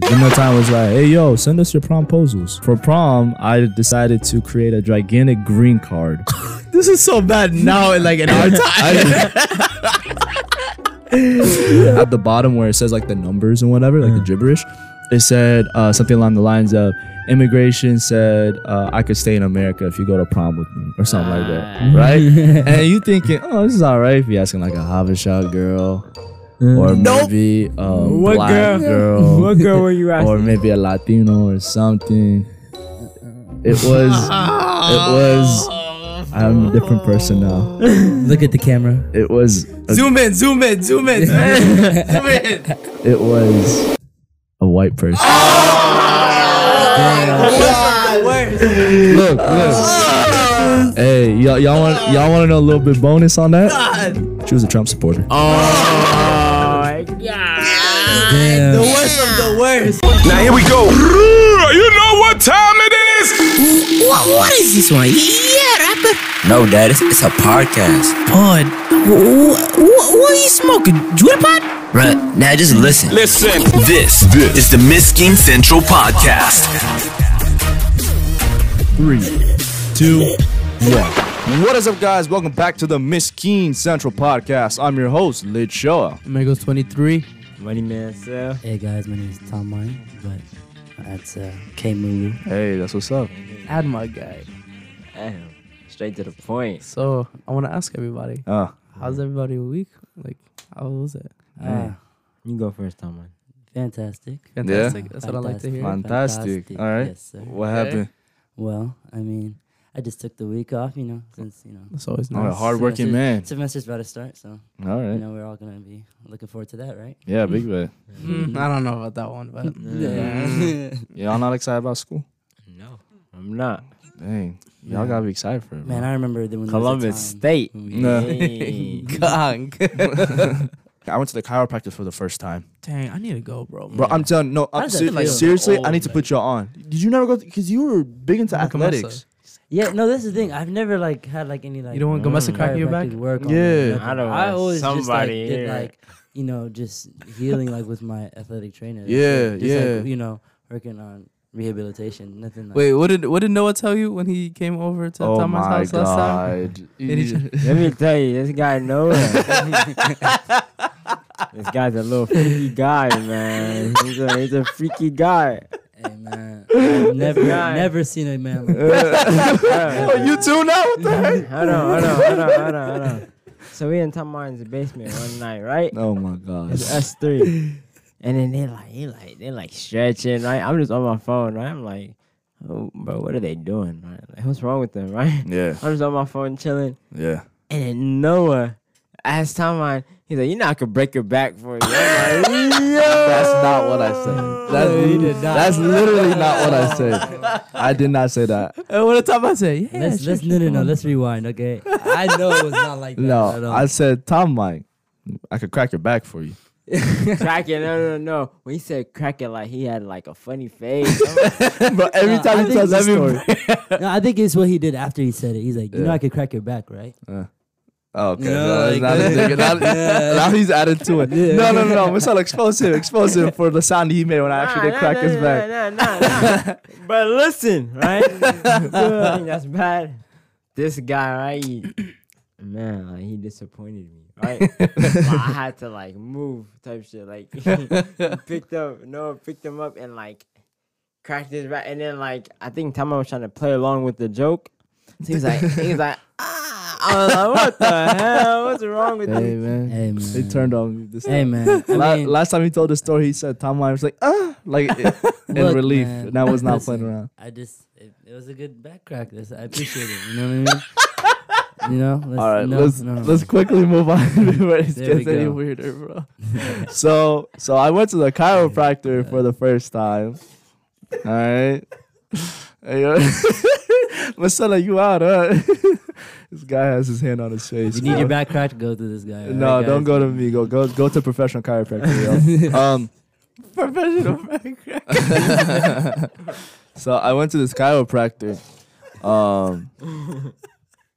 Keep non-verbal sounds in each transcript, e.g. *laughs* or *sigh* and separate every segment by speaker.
Speaker 1: Then that time was like, hey, yo, send us your promposals. For prom, I decided to create a gigantic green card.
Speaker 2: *laughs* This is so bad now,
Speaker 1: *laughs*
Speaker 2: like in our time. *laughs*
Speaker 1: At the bottom where it says like the numbers and whatever,
Speaker 2: Mm.
Speaker 1: like the gibberish, it said uh, something along the lines of immigration said, uh, I could stay in America if you go to prom with me or something like
Speaker 2: Ah.
Speaker 1: that,
Speaker 2: *laughs*
Speaker 1: right? and you thinking, oh, this is all right if you're asking like a Havishah girl or
Speaker 2: Mm. Nope.
Speaker 1: maybe a
Speaker 3: What
Speaker 1: black
Speaker 3: girl?
Speaker 2: *laughs*
Speaker 1: girl.
Speaker 3: What girl were you asking?
Speaker 1: or maybe a Latino or something. *laughs* It was, it was. I'm a different person now.
Speaker 4: Look at the camera.
Speaker 1: It was, a,
Speaker 2: zoom in, zoom in, zoom in,
Speaker 3: *laughs*
Speaker 2: zoom in. zoom in.
Speaker 1: it was a white person. *laughs* Look, look. Hey, y'all, y'all want y'all want to know a little bit bonus on that? She was a Trump supporter.
Speaker 4: Damn.
Speaker 2: The worst of the worst.
Speaker 5: Now here we go. You know what time it is?
Speaker 6: What, what is this one? Yeah, rapper. No, Dad, it's, it's a podcast. Pod. What, what are you smoking? Judah pod? Bruh, now just listen.
Speaker 5: Listen.
Speaker 7: This, this is the Miskin Central Podcast.
Speaker 1: Three, two, one. What is up, guys? Welcome back to the Miss Keen Central Podcast. I'm your host, Lid Shoah.
Speaker 4: Mego's 23.
Speaker 2: Money man, so.
Speaker 8: Hey guys, my name is Tom Mine, but that's uh, K Mulu.
Speaker 1: Hey, that's what's up.
Speaker 3: Add my guy.
Speaker 2: Damn. Straight to the point.
Speaker 3: So I want to ask everybody,
Speaker 1: Uh,
Speaker 3: how's everybody week? Like, how was it?
Speaker 8: Ah,
Speaker 2: You go first, Tom. Man.
Speaker 8: fantastic.
Speaker 3: Fantastic. That's what I like to hear.
Speaker 1: Fantastic.
Speaker 8: Fantastic.
Speaker 1: All right.
Speaker 8: Yes, sir.
Speaker 1: What
Speaker 3: Okay.
Speaker 1: happened?
Speaker 8: Well, I mean, I just took the week off, you know, since you know.
Speaker 3: That's always
Speaker 1: I'm a
Speaker 3: nice.
Speaker 1: hardworking
Speaker 8: semester-
Speaker 1: man.
Speaker 8: Semester's about to start,
Speaker 1: All
Speaker 8: so you
Speaker 1: right.
Speaker 8: know we're all gonna be looking forward to that, right?
Speaker 1: Yeah, big bet.
Speaker 3: Mm, I don't know about that one, but
Speaker 8: Yeah.
Speaker 1: Y'all not excited about school?
Speaker 2: No, I'm not.
Speaker 1: Dang. Y'all
Speaker 8: Yeah.
Speaker 1: gotta be excited for it,
Speaker 8: Man, I remember the when there was a
Speaker 2: Columbus
Speaker 8: time
Speaker 2: State.
Speaker 8: when we-
Speaker 1: No.
Speaker 3: *laughs*
Speaker 2: Hey.
Speaker 1: I went to the chiropractor for the first time.
Speaker 3: dang, I need to go, bro.
Speaker 1: Bro, I'm telling no, I'm
Speaker 8: does that
Speaker 1: ser-
Speaker 8: feel?
Speaker 1: seriously, I need to
Speaker 3: Old,
Speaker 1: put y'all on. Did you never go because you were big into
Speaker 3: Like a muscle.
Speaker 1: athletics?
Speaker 8: Yeah, no, that's the thing. I've never like had like any like. Mm.
Speaker 3: You don't want Gamasa cracking your back?
Speaker 8: chiropractic Work on
Speaker 1: Yeah.
Speaker 8: me, nothing.
Speaker 2: I don't
Speaker 8: I
Speaker 2: want
Speaker 8: always just like
Speaker 2: somebody
Speaker 8: did
Speaker 2: here.
Speaker 8: like, you know, just healing like with my athletic trainer. That's
Speaker 1: Yeah,
Speaker 8: it. Just, like,
Speaker 1: yeah.
Speaker 8: you know, working on rehabilitation. Nothing. Like,
Speaker 3: Wait, what did what did Noah tell you when he came over to
Speaker 1: Oh
Speaker 3: Thomas'
Speaker 1: my
Speaker 3: house last *laughs* time?
Speaker 1: god.
Speaker 3: Did he
Speaker 1: You-
Speaker 2: *laughs* Let me tell you, this guy knows. *laughs* this guy's a little freaky guy, man. He's a, he's a freaky guy.
Speaker 8: Hey, man,
Speaker 1: *laughs*
Speaker 8: I've never,
Speaker 2: guy.
Speaker 8: never seen a man like that.
Speaker 1: Oh, you too now? What
Speaker 8: *laughs*
Speaker 1: the heck?
Speaker 2: *laughs* Hold on, hold on, hold on, hold on, hold on. So we in Tom Martin's basement one night, right?
Speaker 1: Oh my god.
Speaker 2: It's us three. And then they like they like they like stretching, right? I'm just on my phone, right? I'm like, oh bro, what are they doing? Right? Like, what's wrong with them, right?
Speaker 1: Yeah,
Speaker 2: *laughs* I'm just on my phone chilling.
Speaker 1: yeah.
Speaker 2: And then Noah asked Tomine, he's like, you know I could break your back for you. I'm like,
Speaker 1: That's not what I said. That's, that's literally not what I
Speaker 8: *laughs*
Speaker 1: said. I did not say that.
Speaker 3: Uh, what did Thomas say? Yeah,
Speaker 8: Let's,
Speaker 3: sure.
Speaker 8: let's no, no, no. Let's rewind, okay? I know it was not
Speaker 1: *laughs*
Speaker 8: like that at
Speaker 1: No,
Speaker 8: all.
Speaker 1: I said Tom Mike. I could crack your back for
Speaker 8: *laughs*
Speaker 1: you.
Speaker 2: crack it, no, no, no. When he said crack it, like he had like a funny face. I'm like,
Speaker 1: but every
Speaker 8: No, I
Speaker 1: time he
Speaker 8: think
Speaker 1: tells
Speaker 8: it's
Speaker 1: that
Speaker 8: a
Speaker 1: story, *laughs*
Speaker 8: *laughs* no, I think it's what he did after he said it. He's like, you know,
Speaker 1: Yeah.
Speaker 8: I could crack your back, right?
Speaker 1: Oh, okay.
Speaker 8: You know,
Speaker 1: no,
Speaker 8: like-
Speaker 1: now, this nigga- now-
Speaker 2: *laughs*
Speaker 1: now he's added to it. No, no, no, no. Marcel, expose him. Expose him for the sound he made when I actually did crack his back.
Speaker 2: Nah,
Speaker 1: *laughs*
Speaker 2: nah, nah, nah. but listen, right? You know, I think that's bad. This guy,
Speaker 1: *clears throat*
Speaker 2: right? he- man, like, he disappointed me,
Speaker 1: *laughs*
Speaker 2: right? Like, I had to like move type shit. Like *laughs* he picked up, no, picked him up and like cracked his back. And then like I think Tama was trying to play along with the joke. So he was like, he
Speaker 1: *laughs*
Speaker 2: was like, ah. I was like, what the hell? What's wrong with
Speaker 1: Hey,
Speaker 2: you?
Speaker 1: man.
Speaker 8: Hey
Speaker 1: He
Speaker 8: man.
Speaker 1: turned on me. This
Speaker 8: Hey man.
Speaker 1: *laughs*
Speaker 8: I
Speaker 1: La-
Speaker 8: mean,
Speaker 1: last time he told the story, he said Tom Mike was like, ah, like *laughs* i- in
Speaker 8: Look,
Speaker 1: relief.
Speaker 8: man,
Speaker 1: And I was
Speaker 8: *laughs*
Speaker 1: not
Speaker 8: listen,
Speaker 1: playing around.
Speaker 8: I just it, it was a good back crack. This I appreciate it. You know what I mean? *laughs* You know. Let's,
Speaker 1: All right,
Speaker 8: no,
Speaker 1: let's
Speaker 8: no, no.
Speaker 1: let's quickly move on *laughs* before it
Speaker 8: There we
Speaker 1: gets any
Speaker 8: go.
Speaker 1: weirder, bro. so so I went to the chiropractor for the first time. All right. Hey, yo. Marcella, you out, huh? this guy has his hand on his face.
Speaker 8: You need
Speaker 1: bro.
Speaker 8: your back crack. Go to this guy.
Speaker 1: No,
Speaker 8: alright,
Speaker 1: don't
Speaker 8: guys?
Speaker 1: go to me. Go go go to professional *laughs* chiropractor. Yo. um, professional *laughs* chiropractor. so I went to this chiropractor, um,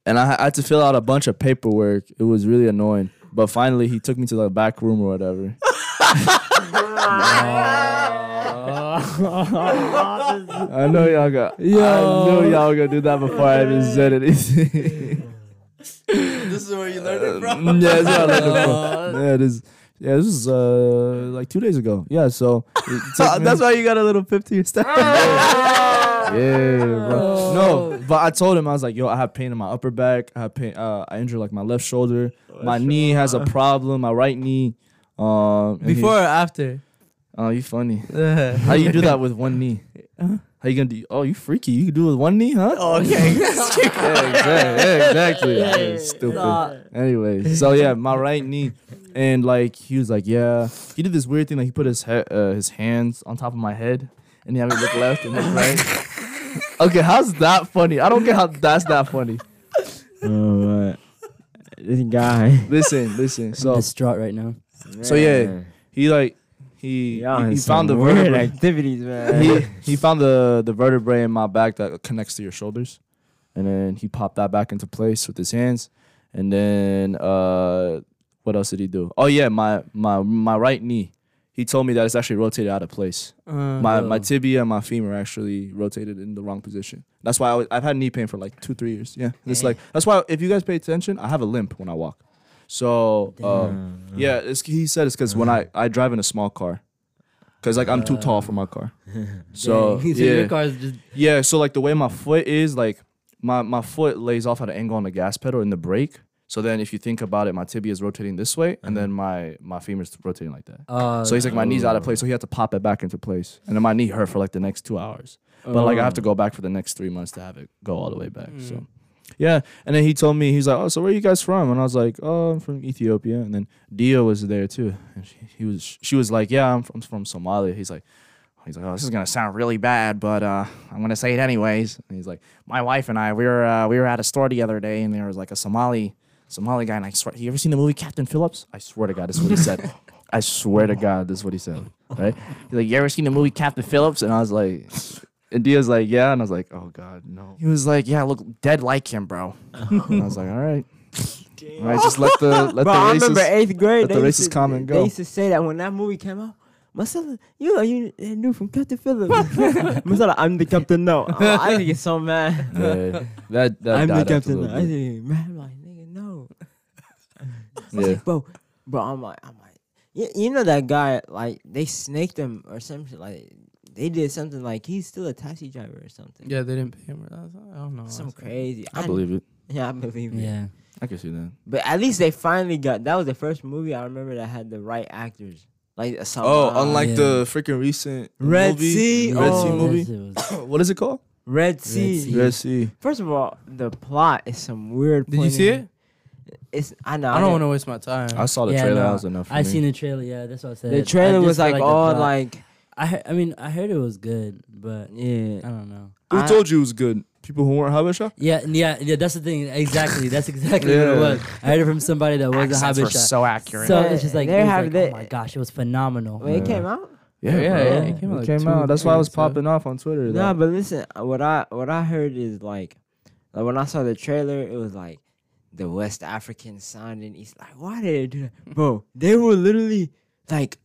Speaker 1: and I had to fill out a bunch of paperwork. It was really annoying. But finally, he took me to the back room or whatever. I know y'all got. I knew y'all gonna do that before I even said anything. Uh,
Speaker 3: This is where you learned it
Speaker 1: yeah, that's what I learned it
Speaker 3: *laughs*
Speaker 1: from. Yeah, this. Yeah, this was uh, like two days ago. Yeah, so
Speaker 3: *laughs*
Speaker 1: it took me-
Speaker 3: That's why you got a little 50 year step.
Speaker 1: *laughs* Yeah, bro. No, but I told him I was like, yo, I have pain in my upper back. I have pain. Uh, I injured like my left shoulder. my knee has a problem. My right knee. Um, and he-
Speaker 3: Before or after? *laughs*
Speaker 1: Oh, you funny.
Speaker 3: Uh,
Speaker 1: How you do *laughs* that with one knee? How you gonna do? Oh, you freaky. You can do it with one knee, huh? Oh, *laughs* Okay. yeah, exactly. Yeah, exactly. Stupid. Anyway, so yeah, my right knee, and like he was like, yeah, he did this weird thing. Like he put his he- uh, his hands on top of my head, and he had me look left and look *laughs* right. Okay, how's that funny? I don't get how that's that funny.
Speaker 2: Oh, but this guy.
Speaker 1: Listen, listen. So
Speaker 8: distraught right now.
Speaker 1: so yeah, he like he
Speaker 2: Yeah,
Speaker 1: he, he
Speaker 2: he
Speaker 1: found the
Speaker 2: weird
Speaker 1: vertebrae.
Speaker 2: activities, man.
Speaker 1: he he found the the vertebrae in my back that connects to your shoulders, and then he popped that back into place with his hands, and then uh, what else did he do? Oh yeah, my my my right knee. He told me that it's actually rotated out of place. my my tibia and my femur actually rotated in the wrong position. That's why I was, I've had knee pain for like two three years. Yeah, it's like that's why if you guys pay attention, I have a limp when I walk. So um, yeah, it's, he said it's because when I I drive in a small car, because like I'm too tall for my car. So
Speaker 8: *laughs*
Speaker 1: yeah,
Speaker 8: your car's just
Speaker 1: yeah. So like the way my foot is, like my my foot lays off at an angle on the gas pedal and the brake. So then if you think about it, my tibia is rotating this way, and then my my femur's rotating like that.
Speaker 8: uh,
Speaker 1: So he's like, my knee's out of place. So he had to pop it back into place. And then my knee hurt for like the next two hours. But
Speaker 2: Um,
Speaker 1: like I have to go back for the next three months to have it go all the way back. So yeah. And then he told me, he's like, oh, so where are you guys from? And I was like, oh, I'm from Ethiopia. And then Dia was there too. And she, he was, she was like, yeah, I'm from, I'm from Somalia. He's like, He's like, oh, this is gonna sound really bad, but uh, I'm gonna say it anyways. And he's like, my wife and I, we were uh, we were at a store the other day, and there was like a Somali Somali guy, and I swear, you ever seen the movie Captain Phillips? I swear to God, this is what he said. I swear to God, this is what he said. Right? He's like, you ever seen the movie Captain Phillips? And I was like, and Dia's like, yeah, and I was like, oh God, no. He was like, yeah, I look dead like him, bro. and I was like, all right, all right, just let the let
Speaker 2: Bro,
Speaker 1: the
Speaker 2: I
Speaker 1: racist.
Speaker 2: remember eighth grade.
Speaker 1: let the
Speaker 2: they
Speaker 1: racist
Speaker 2: used to,
Speaker 1: comment go.
Speaker 2: They used to say that when that movie came out. Marcella, you are you uh, new from Captain
Speaker 1: *laughs*
Speaker 2: Phillips. Marcella, I'm the captain now. Oh, I think it's so mad.
Speaker 1: Yeah, that, that
Speaker 2: I'm the
Speaker 1: died after a
Speaker 2: captain
Speaker 1: little
Speaker 2: now. I
Speaker 1: bit.
Speaker 2: think mad. I'm like, nigga, no.
Speaker 1: Yeah.
Speaker 2: Bro, bro, I'm like, I'm like, you, you know that guy, like, they snaked him or something. Like, they did something like he's still a taxi driver or something.
Speaker 3: yeah, they didn't pay him. or that. I don't know.
Speaker 2: Some crazy.
Speaker 1: I believe it.
Speaker 2: Yeah, I believe it.
Speaker 8: yeah.
Speaker 1: I can see that.
Speaker 2: But at least they finally got. That was the first movie I remember that had the right actors. Like a
Speaker 1: Oh,
Speaker 2: Salman,
Speaker 1: unlike
Speaker 8: yeah.
Speaker 1: the freaking recent
Speaker 2: Red
Speaker 1: movie,
Speaker 2: Sea,
Speaker 1: Red
Speaker 2: oh.
Speaker 1: Sea movie. *coughs*
Speaker 8: It
Speaker 1: what is it called?
Speaker 2: Red Sea.
Speaker 8: Sea.
Speaker 1: Red Sea.
Speaker 2: First of all, the plot is some weird.
Speaker 3: Did you see it?
Speaker 2: It's I know.
Speaker 3: I don't want to
Speaker 2: know.
Speaker 3: waste my time.
Speaker 1: I saw the
Speaker 8: Yeah,
Speaker 1: trailer.
Speaker 8: no,
Speaker 1: that was enough. For
Speaker 8: I
Speaker 1: me.
Speaker 8: seen the trailer. Yeah, that's what I said.
Speaker 2: The
Speaker 8: I
Speaker 2: trailer
Speaker 8: just
Speaker 2: was
Speaker 8: felt
Speaker 2: like,
Speaker 8: the
Speaker 2: all
Speaker 8: plot-
Speaker 2: like
Speaker 8: I he- I mean I heard it was good, but I
Speaker 2: yeah.
Speaker 8: don't know.
Speaker 1: Who
Speaker 2: I-
Speaker 1: told you it was good? People who weren't Habesha?
Speaker 8: Yeah, and yeah, yeah. That's the thing. Exactly. That's exactly
Speaker 1: *laughs*
Speaker 8: what
Speaker 1: Yeah.
Speaker 8: it was. I heard it from somebody that was a Habesha.
Speaker 1: accurate.
Speaker 8: So it's just like,
Speaker 2: They
Speaker 8: it was
Speaker 2: have
Speaker 8: like,
Speaker 2: the-
Speaker 8: oh my gosh, it was phenomenal.
Speaker 2: When it came out.
Speaker 1: yeah, yeah,
Speaker 8: bro.
Speaker 1: yeah.
Speaker 8: It
Speaker 1: came
Speaker 8: came
Speaker 1: out.
Speaker 8: out like two
Speaker 1: That's why I was
Speaker 3: days, huh?
Speaker 1: popping off on Twitter.
Speaker 2: No,
Speaker 1: though.
Speaker 2: but listen, uh, what I what I heard is like, like when I saw the trailer, it was like the West African sounding. It's like, why did they do
Speaker 1: *laughs*
Speaker 2: that, bro? They will literally like,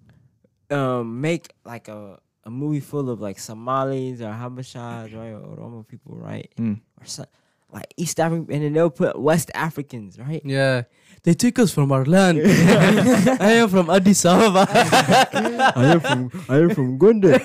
Speaker 2: um, make like a a movie full of like Somalis or Habashas right or Oromo people, right?
Speaker 1: Mm.
Speaker 2: Or so, like East African, and then they'll put West Africans, right?
Speaker 3: Yeah. They took us from our
Speaker 8: *laughs*
Speaker 3: land. *laughs* I am from Addis Ababa.
Speaker 2: I am from I am from
Speaker 3: *laughs*
Speaker 2: Gondar.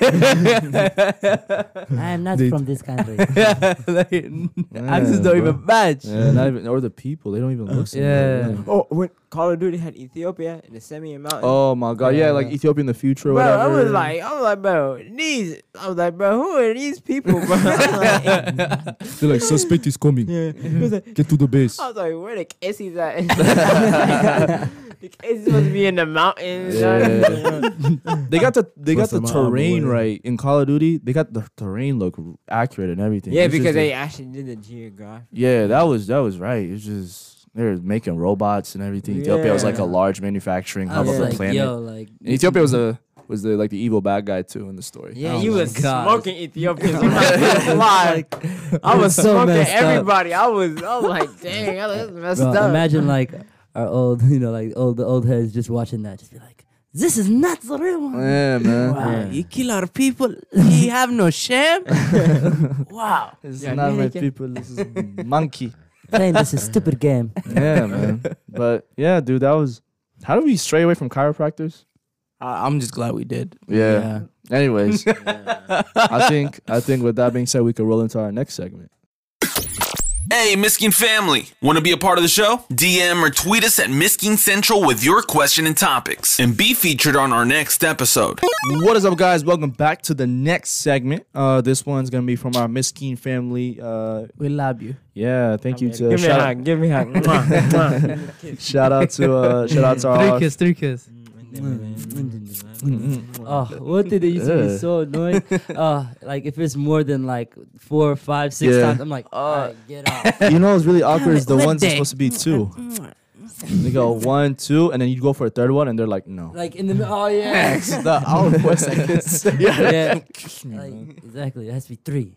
Speaker 8: I am not from this country.
Speaker 3: like, accents
Speaker 1: bro.
Speaker 3: don't even match.
Speaker 1: yeah, not even or the people. They don't even look. similar,
Speaker 3: yeah.
Speaker 1: really.
Speaker 2: oh, when Call of Duty had Ethiopia and the Semien Mountain.
Speaker 1: Oh my god. Yeah, like Ethiopia in the future. Or
Speaker 2: Bro,
Speaker 1: whatever.
Speaker 2: I was like, I was like, bro, these, I was like, bro, who are these people, bro? *laughs* I was like,
Speaker 1: they're like suspect is coming. Get to the base.
Speaker 2: I was like, where the Kessies at? *laughs* the Kessies supposed to be in the mountains.
Speaker 1: Yeah. *laughs* they got the they got
Speaker 3: Listen,
Speaker 1: the
Speaker 3: my arm
Speaker 1: terrain
Speaker 3: away.
Speaker 1: right in Call of Duty. They got the terrain look accurate and everything.
Speaker 2: *laughs* yeah,
Speaker 1: It's just
Speaker 2: because
Speaker 1: the-
Speaker 2: they actually did the geography.
Speaker 1: Yeah, that was that was right. It's just they're making robots and everything. Ethiopia was like a
Speaker 2: Yeah.
Speaker 1: large manufacturing
Speaker 8: I
Speaker 1: hub
Speaker 8: was
Speaker 1: of the
Speaker 8: like,
Speaker 1: planet.
Speaker 8: yo, like
Speaker 1: And Ethiopia was a was the like the evil bad guy too in the story.
Speaker 2: Yeah,
Speaker 8: Oh
Speaker 2: you
Speaker 8: my
Speaker 2: was
Speaker 8: God.
Speaker 2: smoking *laughs* Ethiopians. You might be alive. I was
Speaker 8: so
Speaker 2: smoking
Speaker 8: messed up.
Speaker 2: everybody. I was, I was like, dang, I was messed
Speaker 8: Bro,
Speaker 2: up. *laughs*
Speaker 8: imagine like our old, you know, like old the old heads just watching that, just be like, This is not the real
Speaker 1: *laughs*
Speaker 8: one.
Speaker 1: Yeah, man.
Speaker 3: *laughs*
Speaker 8: Wow, you kill our people. you have no shame. wow,
Speaker 1: It's
Speaker 2: Yeah,
Speaker 1: not my
Speaker 2: America.
Speaker 1: people. This
Speaker 2: *laughs*
Speaker 1: is monkey.
Speaker 8: playing this stupid game.
Speaker 1: Yeah, man. But yeah, dude, that was. How do we stray away from chiropractors?
Speaker 3: I- I'm just glad we did.
Speaker 1: Yeah. *laughs* Anyways, I think I think with that being said, we could roll into our next segment.
Speaker 7: Hey, Miskin family, want to be a part of the show? DM or tweet us at Miskin Central with your question and topics and be featured on our next episode.
Speaker 1: What is up, guys? Welcome back to the next segment. Uh, this one's gonna be from our Miskeen family. Uh,
Speaker 3: We love you.
Speaker 1: yeah, thank you to
Speaker 2: Give me a
Speaker 1: shout,
Speaker 2: hug. Give me a hug. Mwah, mwah.
Speaker 1: shout out to *laughs* uh, shout out to
Speaker 4: Three
Speaker 1: our mm,
Speaker 4: kiss, three kiss.
Speaker 8: *laughs* Oh, what did they used to
Speaker 1: Yeah.
Speaker 8: be so annoying? Oh, like if it's more than like four, five, six
Speaker 1: Yeah.
Speaker 8: times, I'm like, oh, get off.
Speaker 1: you know what's really awkward is the
Speaker 8: Lip
Speaker 1: ones that's
Speaker 8: day.
Speaker 1: supposed to be two. They go one, two, and then you go for a third one, and they're like, no.
Speaker 8: like in the mi- oh
Speaker 1: *laughs*
Speaker 8: yeah,
Speaker 1: The awkward seconds. Yeah.
Speaker 8: yeah. like, exactly. It has to be three.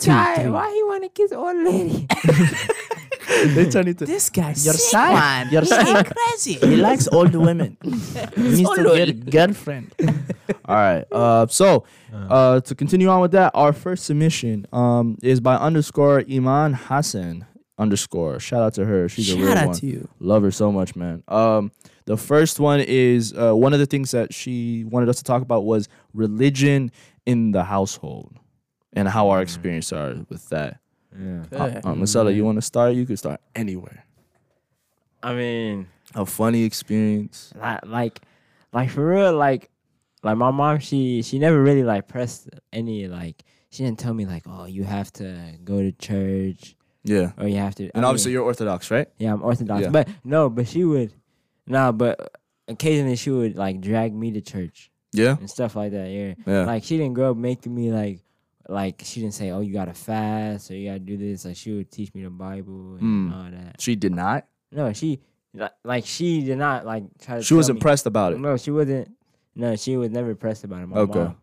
Speaker 2: Ty, why he wanna kiss old lady?
Speaker 1: They turn into
Speaker 3: This guy's
Speaker 4: Your side. Your side.
Speaker 3: crazy.
Speaker 4: He likes old women.
Speaker 3: *laughs*
Speaker 4: He needs to get a girlfriend.
Speaker 1: All right. Uh, so uh, to continue on with that, our first submission um, is by underscore Iman Hassan underscore. Shout out to her. She's a real
Speaker 3: Shout out
Speaker 1: one.
Speaker 3: to you.
Speaker 1: Love her so much, man. Um, the first one is uh, one of the things that she wanted us to talk about was religion in the household and how
Speaker 3: Mm.
Speaker 1: our experience are with that. Uh, uh, Marcella,
Speaker 3: Mm.
Speaker 1: you want to start? You could start anywhere.
Speaker 2: I mean,
Speaker 1: A funny experience.
Speaker 2: like, like, like for real, like, like my mom, she she never really like pressed any like. She didn't tell me like, oh, you have to go to church
Speaker 1: Yeah.
Speaker 2: or you have to.
Speaker 1: And obviously, you're Orthodox, right?
Speaker 2: yeah, I'm Orthodox,
Speaker 1: Yeah.
Speaker 2: but no, but she would, nah, but occasionally she would like drag me to church
Speaker 1: Yeah.
Speaker 2: and stuff like that. Yeah,
Speaker 1: Yeah.
Speaker 2: like she didn't grow up making me like. Like she didn't say, "Oh, you gotta fast or you gotta do this." Like she would teach me the Bible and
Speaker 1: Mm.
Speaker 2: all that.
Speaker 1: She did not.
Speaker 2: No, she li- like she did not like try to.
Speaker 1: She was
Speaker 2: tell me-
Speaker 1: impressed about it.
Speaker 2: No, she wasn't. No, she was never impressed about it. My
Speaker 1: Okay.
Speaker 2: mom.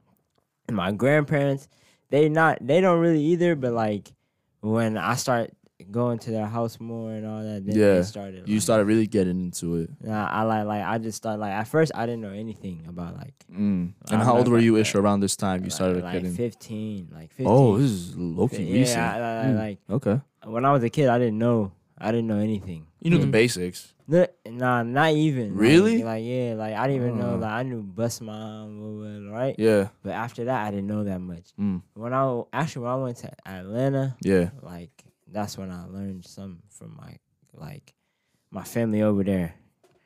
Speaker 2: And my grandparents, they not they don't really either. But like when I start going to their house more and all that, then
Speaker 1: Yeah,
Speaker 2: they started.
Speaker 1: You
Speaker 2: like-
Speaker 1: started really getting into it.
Speaker 2: Nah, I like like I just started like at first I didn't know anything about like
Speaker 1: Mm. And
Speaker 2: I'm
Speaker 1: how old
Speaker 2: not
Speaker 1: were
Speaker 2: like
Speaker 1: you
Speaker 2: that.
Speaker 1: ish around this time you started
Speaker 2: like
Speaker 1: getting?
Speaker 2: fifteen, like fifteen.
Speaker 1: Oh, this is low key
Speaker 2: yeah,
Speaker 1: recent.
Speaker 2: I- I- I-
Speaker 1: Mm.
Speaker 2: like
Speaker 1: okay,
Speaker 2: when I was a kid, I didn't know I didn't know anything.
Speaker 1: you knew the basics.
Speaker 2: No, Nah, not even. like-
Speaker 1: Really?
Speaker 2: Like, yeah, like I didn't even know.
Speaker 1: Oh.
Speaker 2: Like I knew bus mom, blah, blah, blah, right?
Speaker 1: Yeah,
Speaker 2: But after that, I didn't know that much.
Speaker 1: Mm.
Speaker 2: When I w- actually when I went to Atlanta,
Speaker 1: yeah,
Speaker 2: like that's when I learned some from my like my family over there.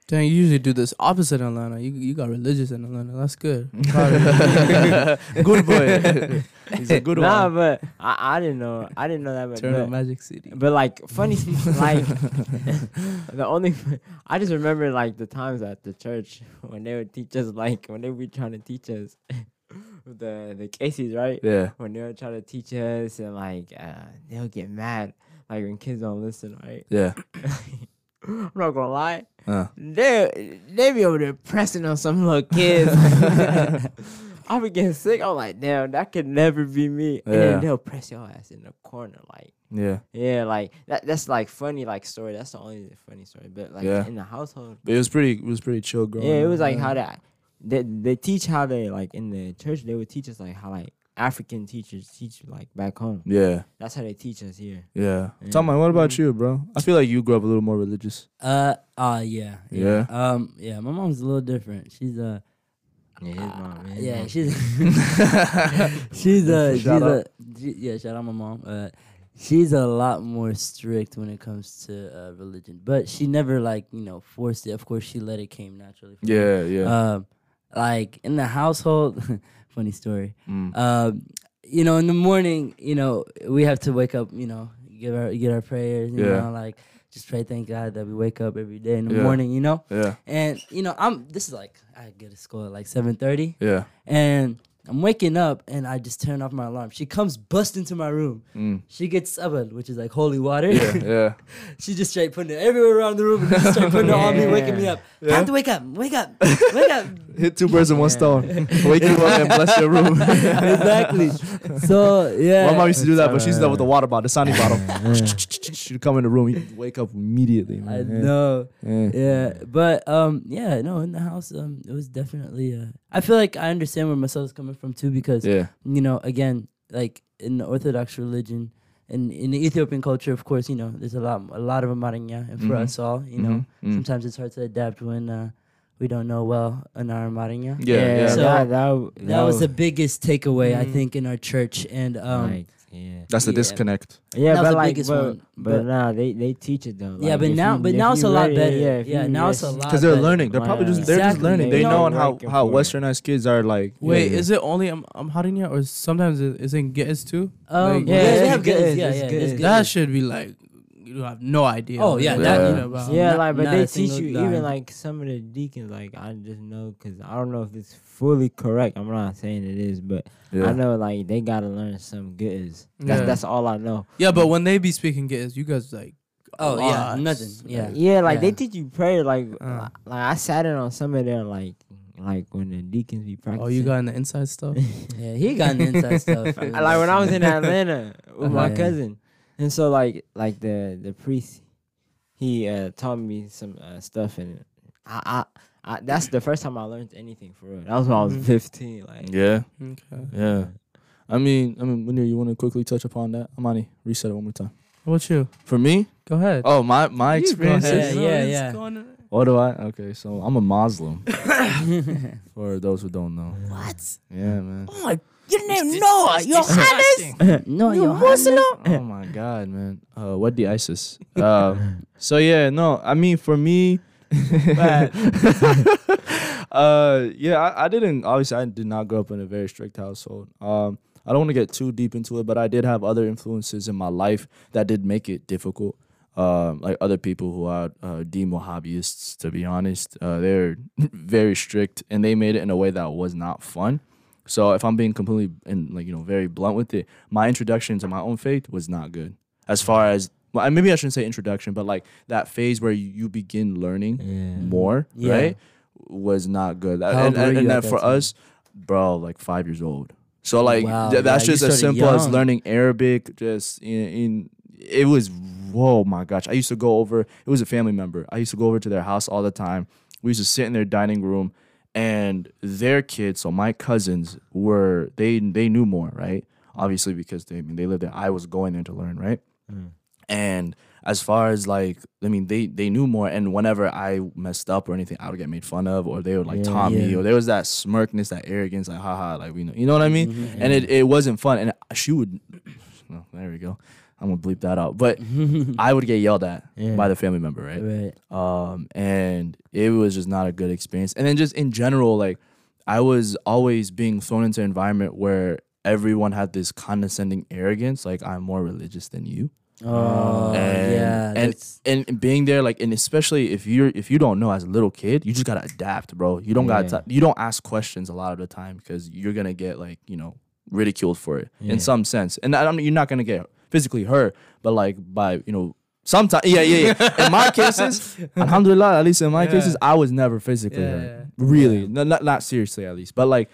Speaker 3: Dang, you usually do this opposite in Atlanta. You you got religious in Atlanta.
Speaker 1: *laughs*
Speaker 3: That's good.
Speaker 1: good
Speaker 2: *laughs*
Speaker 3: *laughs*
Speaker 1: boy. He's a good
Speaker 2: nah,
Speaker 1: one.
Speaker 2: but I, I didn't know I didn't know that much.
Speaker 3: Turn up
Speaker 2: But,
Speaker 3: Magic City.
Speaker 2: but like
Speaker 3: *laughs*
Speaker 2: funny, like the only I just remember like the times at the church when they would teach us like when they were trying to teach us *laughs* the the cases right.
Speaker 1: Yeah,
Speaker 2: when they'll try to teach us and like uh, they'll get mad like when kids don't listen right
Speaker 1: yeah.
Speaker 2: i'm not gonna lie
Speaker 1: Uh.
Speaker 2: they they be over there pressing on some
Speaker 1: *laughs*
Speaker 2: little kids i be getting sick i'm like damn that could never be me and
Speaker 1: Yeah.
Speaker 2: then they'll press your ass in the corner like
Speaker 1: Yeah,
Speaker 2: yeah like that that's like funny like story that's the only funny story but like
Speaker 1: Yeah.
Speaker 2: in the household
Speaker 1: but it was pretty. It was pretty chill growing.
Speaker 2: yeah, it
Speaker 1: up.
Speaker 2: was like how that they they teach how they like in the church they would teach us like how like African teachers teach like back home.
Speaker 1: Yeah,
Speaker 2: That's how they teach us here.
Speaker 1: yeah. Tommy, what
Speaker 2: Mm.
Speaker 1: about you, bro? I feel like you grew up a little more religious.
Speaker 8: Uh, uh, yeah, Um, yeah, my mom's a little different. She's uh,
Speaker 2: Yeah, his mom, man.
Speaker 8: yeah, she's *laughs* she's a she's
Speaker 1: Shout
Speaker 8: a she- yeah. Shout out my mom. Uh, she's a lot more strict when it comes to uh, religion, but she never like you know forced it. Of course, she let it came naturally. for her.
Speaker 1: Yeah, yeah.
Speaker 8: Um, like in the household, *laughs* funny story.
Speaker 1: Mm.
Speaker 8: Um, you know, in the morning, you know, we have to wake up. You know, give our get our prayers. You
Speaker 1: Yeah.
Speaker 8: know, like just pray, thank God that we wake up every day in the
Speaker 1: Yeah.
Speaker 8: morning. You know,
Speaker 1: yeah,
Speaker 8: and you know, I'm this is like I get to school at like seven thirty,
Speaker 2: *laughs*
Speaker 1: yeah.
Speaker 8: and I'm waking up and I just turn off my alarm. She comes bust into my room. She gets sabal, which is like holy water.
Speaker 1: Mm. Yeah, yeah.
Speaker 8: *laughs* she just
Speaker 1: *laughs*
Speaker 8: straight putting it everywhere around the room and just straight putting it on me, waking me up. Time to wake up, wake up, wake up.
Speaker 1: hit two birds in one stone. Wake you up and bless your room.
Speaker 8: exactly. So yeah.
Speaker 1: My mom used to do that, but she used to do that with the water bottle, the Sani bottle. She'd come in the room, you'd wake up immediately. Man.
Speaker 8: I
Speaker 1: Yeah.
Speaker 8: know.
Speaker 1: Yeah.
Speaker 8: Yeah, but um, yeah, no, in the house, um, it was definitely. Uh, I feel like I understand where Marcel is coming from too, because
Speaker 1: Yeah.
Speaker 8: you know, again, like in the Orthodox religion and in the Ethiopian culture, of course, you know, there's a lot, a lot of Amaranya, and for
Speaker 1: Mhm.
Speaker 8: us all, you know,
Speaker 1: Mhm. Mm.
Speaker 8: sometimes it's hard to adapt when uh, we don't know well in our Amaranya.
Speaker 1: Yeah, yeah.
Speaker 8: So-
Speaker 2: that, that,
Speaker 8: That was the biggest takeaway I think in our church, and um,
Speaker 2: like, yeah.
Speaker 1: That's the
Speaker 8: Yeah.
Speaker 1: disconnect.
Speaker 2: Yeah,
Speaker 8: That was
Speaker 2: but
Speaker 8: the
Speaker 2: like,
Speaker 8: biggest
Speaker 2: but,
Speaker 8: one,
Speaker 2: but,
Speaker 8: but-
Speaker 2: nah, they they teach it though.
Speaker 8: yeah,
Speaker 2: Like,
Speaker 8: but
Speaker 2: if
Speaker 8: now,
Speaker 2: you-
Speaker 8: but
Speaker 2: if
Speaker 8: now
Speaker 2: you
Speaker 8: it's a lot
Speaker 2: read it,
Speaker 8: better.
Speaker 2: yeah,
Speaker 8: Yeah,
Speaker 2: if you-
Speaker 8: now
Speaker 2: yeah,
Speaker 8: it's a lot.
Speaker 1: Because they're
Speaker 8: better.
Speaker 1: learning. They're probably just they're just
Speaker 8: Exactly.
Speaker 1: learning. They
Speaker 8: They're
Speaker 1: know on how
Speaker 2: working
Speaker 1: how
Speaker 2: for it.
Speaker 1: westernized kids are like.
Speaker 3: Wait,
Speaker 1: yeah.
Speaker 3: is it only Am- Amharinya or sometimes it is in Ge'ez too?
Speaker 8: Um,
Speaker 3: Like,
Speaker 8: yeah,
Speaker 2: yeah,
Speaker 8: they
Speaker 2: it's
Speaker 8: have
Speaker 2: good,
Speaker 8: good. Yeah,
Speaker 2: it's
Speaker 8: yeah,
Speaker 2: good.
Speaker 8: it's good.
Speaker 3: That should be like you have no idea.
Speaker 8: Oh,
Speaker 3: what
Speaker 8: yeah,
Speaker 3: you're
Speaker 1: that-
Speaker 3: talking
Speaker 1: yeah.
Speaker 3: about.
Speaker 2: Yeah,
Speaker 8: Not-
Speaker 2: like, but
Speaker 8: not
Speaker 2: they
Speaker 8: a
Speaker 2: teach
Speaker 8: single
Speaker 2: you
Speaker 8: dime.
Speaker 2: even like some of the deacons. Like, I just know because I don't know if it's fully correct. I'm not saying it is, but I know like they gotta learn some goods. That's
Speaker 3: Yeah.
Speaker 2: that's all I know.
Speaker 3: Yeah, but when they be speaking Ge'ez, you guys like
Speaker 8: Oh yeah,
Speaker 3: lots.
Speaker 8: nothing.
Speaker 2: *laughs*
Speaker 8: Yeah.
Speaker 2: Yeah, like they
Speaker 8: Yeah.
Speaker 2: teach you prayer. Like,
Speaker 3: Uh.
Speaker 2: li- like I sat in on some of their like, like when the deacons be practicing.
Speaker 3: Oh, you got in the inside
Speaker 8: *laughs*
Speaker 3: stuff.
Speaker 8: Yeah, he got an inside stuff.
Speaker 2: I- *laughs* like when I was in Atlanta with my
Speaker 8: Uh-huh.
Speaker 2: cousin, and so like like the the priest, he uh, taught me some uh, stuff, and I, I I that's the first time I learned anything for real. That was when I was
Speaker 3: Mhm.
Speaker 2: fifteen. Like
Speaker 1: Mm-hmm. Yeah.
Speaker 3: okay.
Speaker 1: Yeah. I mean, I mean, Munir, you want to quickly touch upon that? Amani, reset it one more time.
Speaker 3: What about you?
Speaker 1: For me,
Speaker 3: Go ahead.
Speaker 1: oh my my
Speaker 3: You go ahead.
Speaker 1: experiences.
Speaker 8: Yeah, yeah, yeah.
Speaker 1: What Oh, do I? Okay, so I'm a Muslim. *laughs* for those who don't know. What? Yeah, man.
Speaker 4: You name Noah, your highness.
Speaker 8: *laughs* no,
Speaker 4: You
Speaker 8: you're
Speaker 4: Muslim.
Speaker 1: oh my god, man. Uh, what the ISIS? Um, so yeah, no. I mean, for me, *laughs* uh, yeah, I, I didn't. Obviously, I did not grow up in a very strict household. Um, I don't want to get too deep into it, but I did have other influences in my life that did make it difficult. Um, like other people who are uh, deemed Wahhabists, to be honest, uh, they're *laughs* very strict, and they made it in a way that was not fun. So if I'm being completely and like you know very blunt with it, my introduction to my own faith was not good. As far as well, I- maybe I shouldn't say introduction, but like that phase where you, you begin learning more,
Speaker 8: Mm-hmm. Yeah.
Speaker 1: right, was not good.
Speaker 8: How
Speaker 1: and
Speaker 8: old were
Speaker 1: and,
Speaker 8: you
Speaker 1: and
Speaker 8: at
Speaker 1: that
Speaker 8: that
Speaker 1: for
Speaker 8: time?
Speaker 1: us, bro, like five years old. So like
Speaker 8: Wow,
Speaker 1: th- that's
Speaker 8: yeah, you
Speaker 1: just as
Speaker 8: started
Speaker 1: simple as
Speaker 8: young.
Speaker 1: learning Arabic. Just in, in it was whoa my gosh. I used to go over. It was a family member. I used to go over to their house all the time. We used to sit in their dining room, and their kids, so my cousins were they they knew more, right? Obviously because they I mean they lived there. I was going there to learn, right? And as far as like, I mean, they they knew more. And whenever I messed up or anything, I would get made fun of, or they would like taunt me,
Speaker 8: Yeah.
Speaker 1: or there was that smirkness, that arrogance, like haha, like we know, you know what I mean? And it, it wasn't fun. And she would, *clears throat* no, there we go. I'm gonna bleep that out. But I would get yelled at by the family member, right?
Speaker 8: Right.
Speaker 1: um, and it was just not a good experience. And then just in general, like I was always being thrown into an environment where everyone had this condescending arrogance, like I'm more religious than you.
Speaker 3: Uh,
Speaker 8: Oh
Speaker 1: and,
Speaker 8: yeah.
Speaker 1: and,
Speaker 8: that's-
Speaker 1: and being there, like, and especially if you're if you don't know as a little kid, you just gotta adapt, bro. You don't gotta t- you don't ask questions a lot of the time because you're gonna get like you know ridiculed for it in some sense, and I don't, you're not gonna get physically hurt, but like by you know. Sometimes, yeah, yeah, yeah. In
Speaker 3: *laughs*
Speaker 1: my cases, alhamdulillah, at least in my cases, I was never physically
Speaker 3: Yeah,
Speaker 1: hurt.
Speaker 3: yeah.
Speaker 1: Really, no, not not seriously, at least. But like,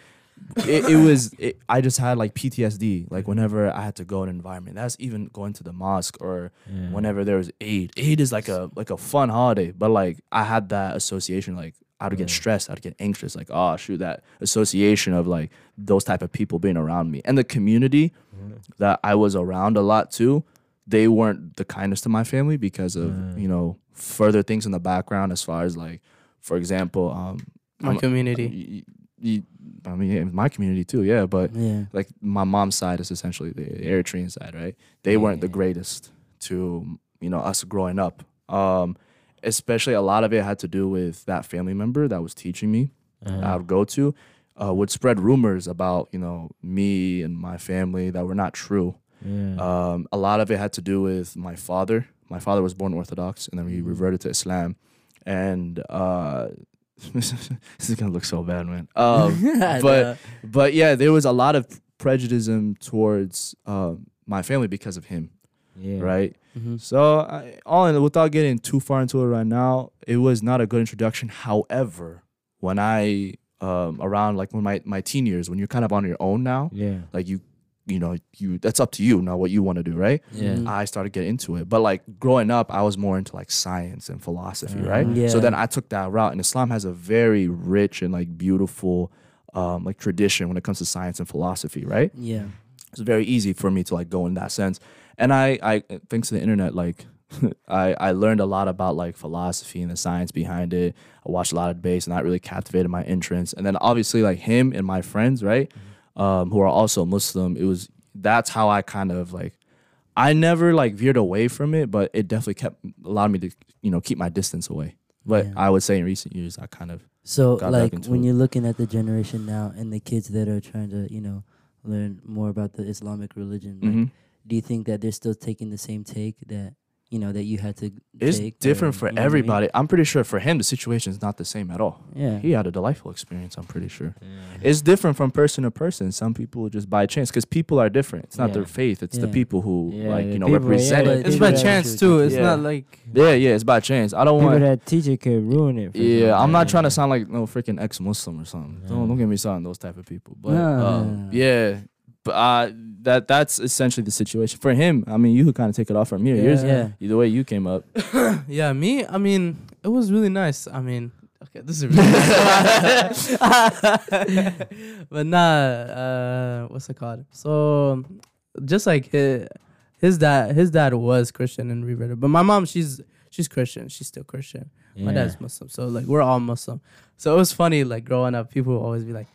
Speaker 1: it, it was it, i just had like ptsd like whenever i had to go in an environment that's even going to the mosque or whenever there was aid aid is like a like a fun holiday but like i had that association like i'd get stressed i'd get anxious like oh shoot that association of like those type of people being around me and the community that i was around a lot too they weren't the kindest to my family because of you know further things in the background as far as like for example um
Speaker 3: My
Speaker 1: I'm- y- y-
Speaker 3: community.
Speaker 1: y- I mean, in my community too, yeah. But
Speaker 8: yeah.
Speaker 1: like my mom's side is essentially the Eritrean side, right? They weren't the greatest to you know us growing up. Um, especially a lot of it had to do with that family member that was teaching me.
Speaker 2: uh-huh,
Speaker 1: that I would go to uh, would spread rumors about you know me and my family that were not true. Um, a lot of it had to do with my father. My father was born Orthodox, and then we reverted to Islam. And uh, *laughs* this is gonna look so bad, man. Um, *laughs*
Speaker 8: I
Speaker 1: but but yeah, there was a lot of prejudice towards uh, my family because of him,
Speaker 2: yeah, Mm-hmm.
Speaker 1: right? So I, all in without getting too far into it right now, it was not a good introduction. However, when I um, around like when my, my teen years when you're kind of on your own now
Speaker 2: Yeah.
Speaker 1: like you you know you that's up to you now what you want to do right
Speaker 8: Yeah. Mhm.
Speaker 1: i started getting into it but like growing up i was more into like science and philosophy right so then i took that route and islam has a very rich and like beautiful um, like tradition when it comes to science and philosophy right
Speaker 8: *laughs* Yeah.
Speaker 1: it's very easy for me to like go in that sense and i i thanks to the internet like *laughs* I, I learned a lot about like philosophy and the science behind it. I watched a lot of debates and that really captivated my interest. And then obviously like him and my friends, right?
Speaker 8: Mm-hmm.
Speaker 1: Um, who are also Muslim, it was that's how I kind of like I never like veered away from it, but it definitely kept allowed me to, you know, keep my distance away. But I would say in recent years I kind of
Speaker 8: So
Speaker 1: got back
Speaker 8: like
Speaker 1: into
Speaker 8: when
Speaker 1: it.
Speaker 8: you're looking at the generation now and the kids that are trying to, you know, learn more about the Islamic religion,
Speaker 3: Mm-hmm.
Speaker 8: like,
Speaker 1: Mhm.
Speaker 8: do you think that they're still taking the same take that you know that you had to
Speaker 1: it's
Speaker 8: take?
Speaker 1: different
Speaker 8: or-
Speaker 1: for
Speaker 8: you know what I mean?
Speaker 1: everybody. I'm pretty sure for him the situation is not the same at all.
Speaker 8: Yeah.
Speaker 1: he had a delightful experience. I'm pretty sure. It's different from person to person. Some people just by chance, because people are different. It's not their
Speaker 2: Yeah.
Speaker 1: faith. It's the
Speaker 8: Yeah.
Speaker 1: people who
Speaker 2: Yeah,
Speaker 1: like
Speaker 2: the
Speaker 1: you know
Speaker 2: people, yeah,
Speaker 1: represent
Speaker 2: but
Speaker 1: it.
Speaker 3: It's by chance too. It's not like
Speaker 1: Yeah, yeah. It's by chance. I don't
Speaker 2: People
Speaker 1: want.
Speaker 2: that teach it could ruin it. For
Speaker 1: Yeah, I'm not
Speaker 2: somebody.
Speaker 1: trying to sound like no freaking ex-Muslim or something. Don't don't get me started on those type of people. But
Speaker 8: No, no,
Speaker 1: um,
Speaker 8: no, no.
Speaker 1: yeah, but uh, that that's essentially the situation for him. I mean, you could kind of take it off from here. Yours-
Speaker 8: Yeah.
Speaker 1: the way you came up.
Speaker 3: yeah, me. I mean, it was really nice. I mean, okay, this is really *laughs* but nah. Uh, what's it called? So, just like his, his dad, his dad was Christian and reverted, but my mom, she's she's Christian. She's still Christian. My
Speaker 2: Yeah.
Speaker 3: dad's Muslim, so like we're all Muslim. So it was funny, like growing up, people would always be like,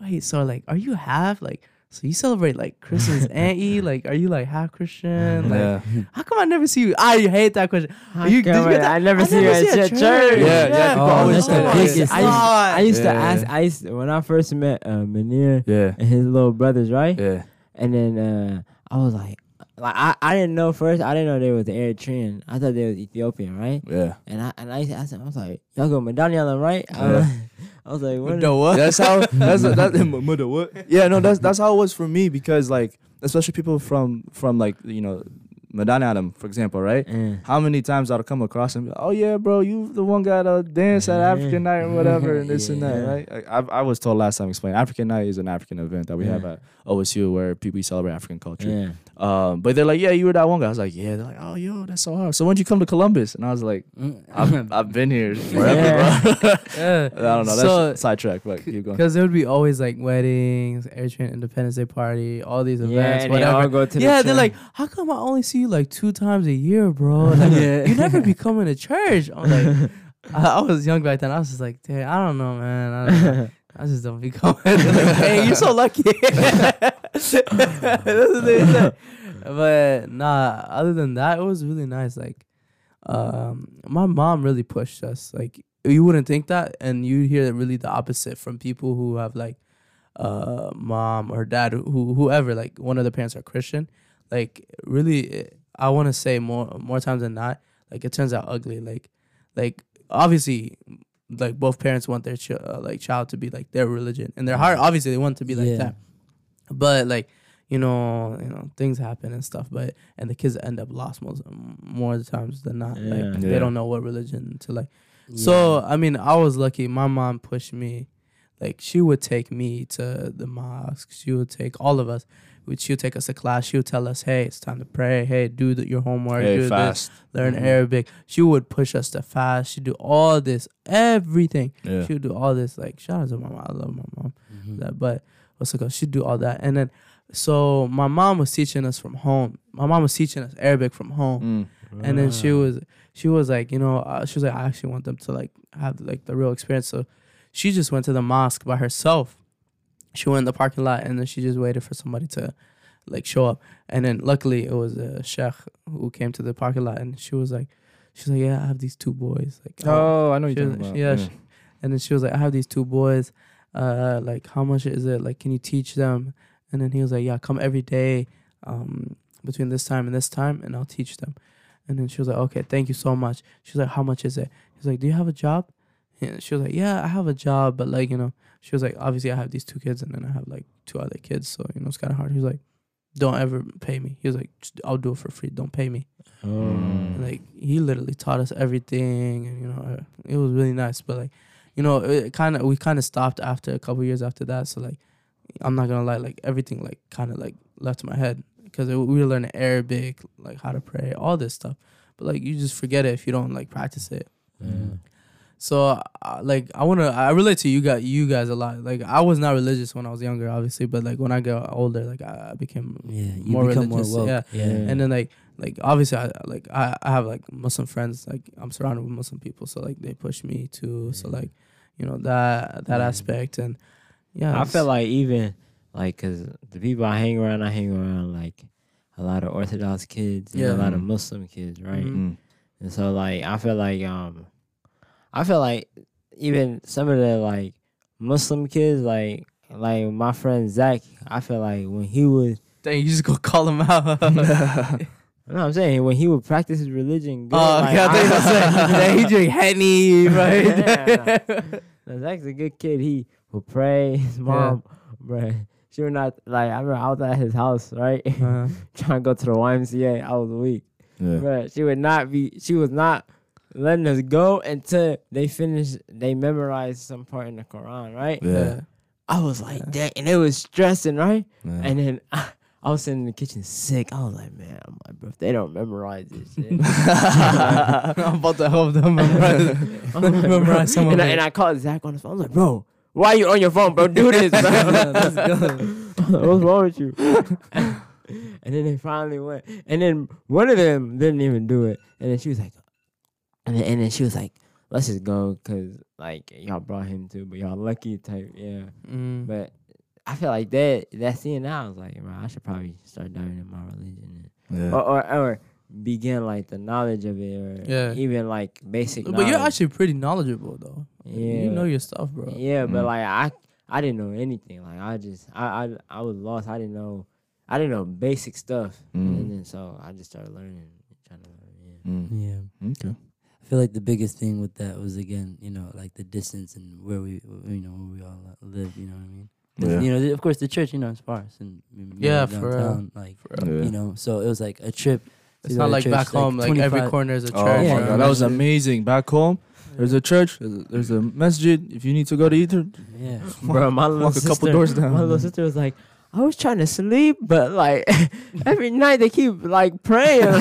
Speaker 3: "Wait, so like, are you half like?" So you celebrate like Christmas and Eid? Like, are you like half Christian? Like,
Speaker 1: Yeah.
Speaker 3: how come I never see you? I hate that question.
Speaker 2: How come I- I never see you at your church? Oh,
Speaker 1: Yeah, yeah, people always
Speaker 8: that's
Speaker 1: say
Speaker 8: the
Speaker 1: that.
Speaker 8: biggest.
Speaker 2: I used, I used
Speaker 1: Yeah,
Speaker 2: to ask. I used when I first met uh, Munir
Speaker 1: Yeah,
Speaker 2: and his little brothers, right?
Speaker 1: yeah.
Speaker 2: And then uh, I was like, like I, I didn't know first. I didn't know they was Eritrean. I thought they was Ethiopian, right?
Speaker 1: Yeah.
Speaker 2: And I and I used to ask him. I was like, y'all go Madaniala, right? I
Speaker 1: Yeah.
Speaker 2: was- *laughs* I was like, what?
Speaker 3: No, what?
Speaker 1: That's how. That's
Speaker 2: *laughs*
Speaker 1: that. Mother,
Speaker 3: *laughs*
Speaker 1: what? Yeah, no, that's that's how it was for me because like, especially people from from like you know, Madonna Adam, for example, right?
Speaker 2: Yeah.
Speaker 1: How many times I'll come across and be like, oh yeah, bro, you the one guy that dance at African night or whatever and this and that,
Speaker 2: Yeah.
Speaker 1: right? Like, I, I was told last time explained African night is an African event that we have at OSU where people celebrate African culture.
Speaker 2: Yeah.
Speaker 1: Um, but they're like, yeah, you were that one guy. I was like, yeah. They're like, oh, yo, that's so hard. So when would you come to Columbus? And I was like, I've, I've been
Speaker 3: *laughs*
Speaker 1: here forever, bro.
Speaker 3: Mm. yeah.
Speaker 1: *laughs* I don't know. That's
Speaker 3: So-
Speaker 1: sidetrack, but keep going.
Speaker 3: Because there would be always like weddings, Eritrean Independence Day party, all these
Speaker 2: Yeah,
Speaker 3: events,
Speaker 2: and they all
Speaker 3: whatever.
Speaker 2: go to the
Speaker 3: yeah, they're like,
Speaker 2: church.
Speaker 3: how come I only see you like two times a year,
Speaker 2: *laughs*
Speaker 3: bro? Like, You never be coming to church. I'm like, I, I was young back then. I was just like, dude, I don't know, man. I, don't
Speaker 2: *laughs*
Speaker 3: know. I just don't be coming. *laughs* They're like, hey, you're so lucky. *laughs* That's what they said. But nah, other than that, it was really nice. Like, um, my mom really pushed us. Like you wouldn't think that, and you hear really the opposite from people who have like, uh, mom or dad, who whoever, like one of the parents are Christian. Like really, eh, I want to say more more times than not, like it turns out ugly. Like, like obviously, like both parents want their ch- uh, like child to be like their religion in their heart. Obviously, they want to be like
Speaker 8: Yeah.
Speaker 3: that, but like. You know, you know things happen and stuff, but and the kids end up lost most more times than not. Like
Speaker 1: Yeah.
Speaker 3: they don't know what religion to like. So I mean, I was lucky. My mom pushed me. Like she would take me to the mosque. She would take all of us. Would- She would take us to class. She would tell us, "Hey, it's time to pray. Hey, do the, your homework.
Speaker 1: Hey,
Speaker 3: do
Speaker 1: fast. Mm-hmm.
Speaker 3: this. Learn Arabic." She would push us to fast. She'd do all this, everything.
Speaker 1: Yeah.
Speaker 3: She would do all this. Like shout out to my mom. I love my mom.
Speaker 8: Mm-hmm.
Speaker 3: That, but what's it called? She'd do all that. And then, so my mom was teaching us from home. My mom was teaching us Arabic from home
Speaker 1: Mm.
Speaker 3: and then she
Speaker 8: Mm.
Speaker 3: was she was like you know uh, she was like i actually want them to like have like the real experience so she just went to the mosque by herself she went in the parking lot and then she just waited for somebody to like show up and then luckily it was a sheikh who came to the parking lot and she was like she's like yeah i have these two boys like I-
Speaker 1: Oh, I know
Speaker 3: she
Speaker 1: you're
Speaker 3: was,
Speaker 1: talking about.
Speaker 3: yeah, she- and then she was like, I have these two boys. Uh, like, how much is it? Like, can you teach them? And then he was like, Yeah, come every day, um, between this time and this time, and I'll teach them. And then she was like, Okay, thank you so much. She's like, How much is it? He's like, Do you have a job? And she was like, Yeah, I have a job, but like, you know, she was like, Obviously, I have these two kids, and then I have like two other kids, so you know, it's kind of hard. He was like, Don't ever pay me. He was like, "Just- I'll do it for free. Don't pay me mm.
Speaker 2: Mm.
Speaker 3: like he literally taught us everything and you know uh, it was really nice but like you you know, it kind of we kind of stopped after a couple years after that. So like, I'm not gonna lie, like everything like kind of like left my head because we were learning Arabic, like how to pray, all this stuff. But like, you just forget it if you don't like practice it.
Speaker 8: Mm.
Speaker 3: So uh, like I wanna I relate to you guys you guys a lot. Like I was not religious when I was younger, obviously, but like when I got older, like I I became
Speaker 8: Yeah, you
Speaker 3: more
Speaker 8: become
Speaker 3: religious.
Speaker 8: more woke.
Speaker 3: yeah. And then like like obviously I like I, I have like Muslim friends, like I'm surrounded with Muslim people, so like they push me too. So like, you know, that that aspect and yeah.
Speaker 2: I feel like even like because the people I hang around, I hang around like a lot of Orthodox kids and
Speaker 3: Yeah.
Speaker 2: a lot of Muslim kids, right?
Speaker 3: Mm-hmm.
Speaker 1: Mhm.
Speaker 2: And so like I feel like um, I feel like even some of the like Muslim kids, like like my friend Zach, I feel like when he was
Speaker 3: dang, you just go *laughs* call them
Speaker 2: *laughs*
Speaker 3: out.
Speaker 2: No, I'm saying when he would practice his religion.
Speaker 3: *laughs*
Speaker 2: Good,
Speaker 3: Oh, *laughs*
Speaker 2: like,
Speaker 3: yeah, they
Speaker 2: I-
Speaker 3: yeah,
Speaker 2: *laughs*
Speaker 3: he drink Henny, right? *laughs*
Speaker 2: Yeah. Now, Zach's a good kid. He would pray. His mom, bruh, she would not like. I remember I was at his house, right, *laughs*
Speaker 3: Uh-huh.
Speaker 2: trying to go to the YMCA. I was weak,
Speaker 1: Yeah.
Speaker 2: bruh. She would not be. She was not letting us go until they finished. They memorized some part in the Quran, right?
Speaker 1: Yeah.
Speaker 2: I was like, dang, and it was stressing, right?
Speaker 1: Yeah.
Speaker 2: And then *laughs* I, was sitting in the kitchen sick. I was like, man, I'm like, bro, if they don't memorize this *laughs* shit.
Speaker 3: *laughs* I'm about to help them
Speaker 2: *laughs*
Speaker 3: memorize, memorize some of
Speaker 2: and, I,
Speaker 3: it.
Speaker 2: and I called Zach on his phone. I was like, bro, why you on your phone, bro? Do this, bro. *laughs* Let's *laughs* go. What's wrong with you? and then they finally went. And then one of them didn't even do it. And then she was like, and then, and then she was like, let's just go because, like, y'all brought him too, but y'all lucky type, yeah.
Speaker 3: *laughs* Mm.
Speaker 2: But I feel like that, that scene now, I was like, man, I should probably start diving in my religion.
Speaker 1: Yeah.
Speaker 2: Or, or, or begin, like, the knowledge of it or
Speaker 3: Yeah.
Speaker 2: even, like, basic
Speaker 3: But you're
Speaker 2: knowledge.
Speaker 3: actually pretty knowledgeable though.
Speaker 2: Yeah.
Speaker 3: You know your stuff, bro.
Speaker 2: Yeah, but like I, I didn't know anything. Like I just, I, I, I was lost. I didn't know, I didn't know basic stuff, and then so I just started learning, trying to learn.
Speaker 1: *laughs*
Speaker 2: Yeah.
Speaker 8: Yeah.
Speaker 1: Mm. Okay.
Speaker 8: I feel like the biggest thing with that was again, you know, like the distance and where we, you know, where we all li- live. You know what I mean? 'Cause,
Speaker 1: Yeah.
Speaker 8: You know, of course, the church, you know, is sparse and you know,
Speaker 3: Yeah, for real.
Speaker 8: downtown, like
Speaker 1: real.
Speaker 8: you know, so it was like a trip. to
Speaker 3: It's
Speaker 8: the
Speaker 3: not like
Speaker 8: church,
Speaker 3: back home, like every
Speaker 8: 25
Speaker 3: corner is a church.
Speaker 1: Oh my
Speaker 8: Yeah.
Speaker 1: god, that was amazing. Back home, there's a church, there's a, there's a masjid. If you need to go to oh, either,
Speaker 8: Yeah,
Speaker 2: Bro, my little
Speaker 1: walk a
Speaker 2: sister,
Speaker 1: couple doors down.
Speaker 2: My little sister was like, I was trying to sleep, but like *laughs* every night they keep like praying. *laughs*
Speaker 1: *laughs*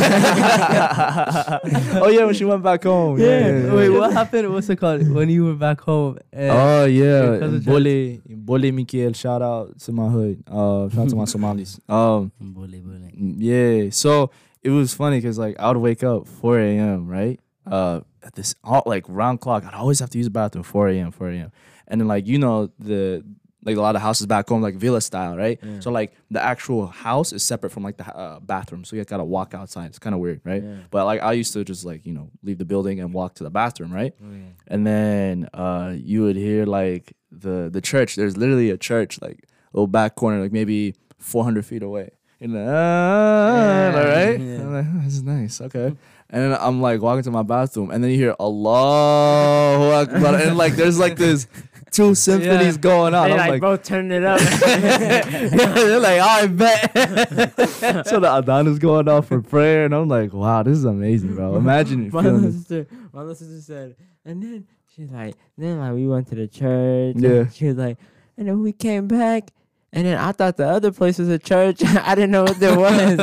Speaker 1: oh yeah, when she went back home. Yeah.
Speaker 3: *laughs* Wait, what happened? What's it called? When you were back home? And
Speaker 1: Oh
Speaker 3: Your
Speaker 1: yeah,
Speaker 3: cousin
Speaker 1: in Bole, in Bole Mikael. Shout out to my hood. Uh, shout out to my Somalis. Um,
Speaker 8: Mbole, mbole.
Speaker 1: yeah. So it was funny because like I would wake up 4 a.m. right. Uh, at this all like round clock, I'd always have to use the bathroom 4 a.m. 4 a.m. And then like you know the like a lot of houses back home like villa style, right? So like the actual house is separate from like the uh, bathroom, so you gotta walk outside. It's kind of weird, right? But like I used to just like you know leave the building and walk to the bathroom, right? and then uh, you would hear like the the church. There's literally a church like little back corner, like maybe 400 feet away. And then, ah, all right, I'm like, "Oh, this is nice, okay. And then I'm like walking to my bathroom, and then you hear Allahu Akbar, and like there's like this two symphonies going on.
Speaker 2: they
Speaker 1: I'm
Speaker 2: like,
Speaker 1: like,
Speaker 2: bro, turn
Speaker 1: *laughs*
Speaker 2: it up. *laughs*
Speaker 1: they're like, "Oh, I bet. *laughs* so the adhan is going off for prayer, and I'm like, wow, this is amazing,
Speaker 2: *laughs*
Speaker 1: bro. Imagine
Speaker 2: my little
Speaker 1: feeling this.
Speaker 2: sister, my little sister said, and then she's like, then like we went to the church. and
Speaker 1: Yeah.
Speaker 2: She was like, and then we came back, and then I thought the other place was a church. *laughs* I didn't know what there was.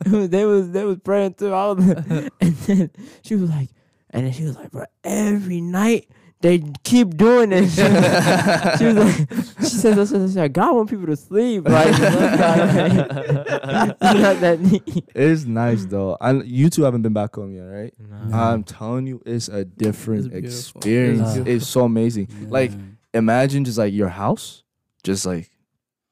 Speaker 2: *laughs* they was they was praying too. I was, *laughs* and then she was like, and then she was like, bro, every night. They keep doing this. She was, she was like, *laughs* she says, "That's what- that's what- God want people to sleep. Like, *laughs* it's *laughs* not that neat.
Speaker 1: *laughs* It's nice though. I you two haven't been back home yet, right? I'm telling you, it's a different
Speaker 3: beautiful. It's
Speaker 1: experience. It's,
Speaker 8: beautiful.
Speaker 1: so amazing. Like
Speaker 8: Yeah.
Speaker 1: imagine just like your house, just like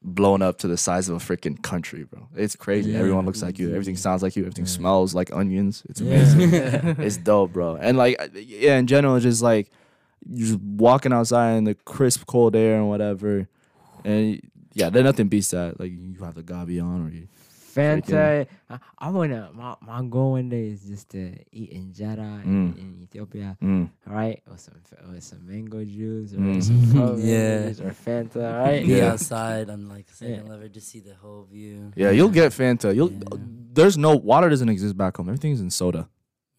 Speaker 1: blown up to the size of a freaking country, bro. It's crazy.
Speaker 8: Yeah.
Speaker 1: Everyone looks like you. Everything sounds like you. Everything
Speaker 8: Yeah.
Speaker 1: smells like onions. It's amazing.
Speaker 2: *laughs*
Speaker 1: it's dope, bro. And like I- yeah, in general, it's just like you just walking outside in the crisp, cold air and whatever. And yeah, there nothing beats that. Like you have the gabi on or you.
Speaker 2: Fanta. I, I wanna my, my goal one day is just to eat injera in,
Speaker 1: Mm.
Speaker 2: in Ethiopia,
Speaker 1: Mm.
Speaker 2: right? Or some fa- or some mango juice or
Speaker 1: Mm.
Speaker 3: *laughs*
Speaker 2: some coke
Speaker 8: Yeah.
Speaker 2: juice or Fanta, right?
Speaker 8: Be
Speaker 1: Yeah.
Speaker 8: outside on like second
Speaker 2: Yeah.
Speaker 8: level, just see the whole view.
Speaker 1: Yeah, you'll get Fanta. You'll
Speaker 8: Yeah.
Speaker 1: there's no water doesn't exist back home. Everything's in soda.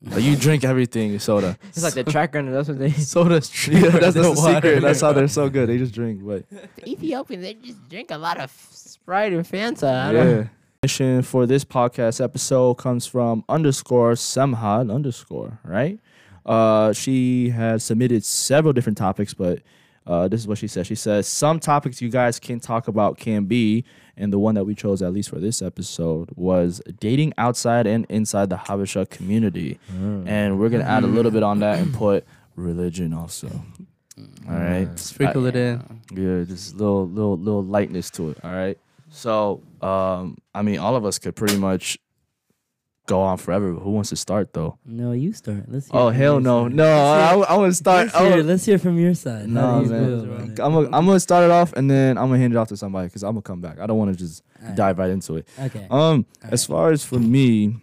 Speaker 1: Like you drink everything soda.
Speaker 2: It's
Speaker 1: *laughs*
Speaker 2: like the *laughs* track runner. That's what they.
Speaker 3: Soda's true.
Speaker 1: Yeah, *laughs* that's, that's the secret. That's how they're so good. They just drink. But
Speaker 2: The Ethiopians they just drink a lot of Sprite and Fanta. I don't
Speaker 1: yeah. Mission for this podcast episode comes from underscore Samhan underscore right. Uh, she has submitted several different topics, but uh, this is what she said. She says some topics you guys can talk about can be, and the one that we chose at least for this episode was dating outside and inside the Habesha community,
Speaker 3: Mm.
Speaker 1: and we're gonna add a little bit on that
Speaker 3: *clears throat*
Speaker 1: and put religion also. All right,
Speaker 3: Sprinkle it in.
Speaker 1: yeah, just little little little lightness to it. All right. So, um, I mean, all of us could pretty much go on forever. But who wants to start though?
Speaker 8: No, you start. Let's hear
Speaker 1: Oh
Speaker 8: from
Speaker 1: hell
Speaker 8: your
Speaker 1: no,
Speaker 8: side.
Speaker 1: no! I, I want to start.
Speaker 8: Let's hear,
Speaker 1: I
Speaker 8: let's hear from your side.
Speaker 1: no
Speaker 8: How do you feel about
Speaker 1: man,
Speaker 8: it?
Speaker 1: I'm gonna I'm gonna start it off and then I'm gonna hand it off to somebody because I'm gonna come back. I don't want to just
Speaker 8: Alright.
Speaker 1: dive right into it.
Speaker 8: Okay.
Speaker 1: Um, as far as for me,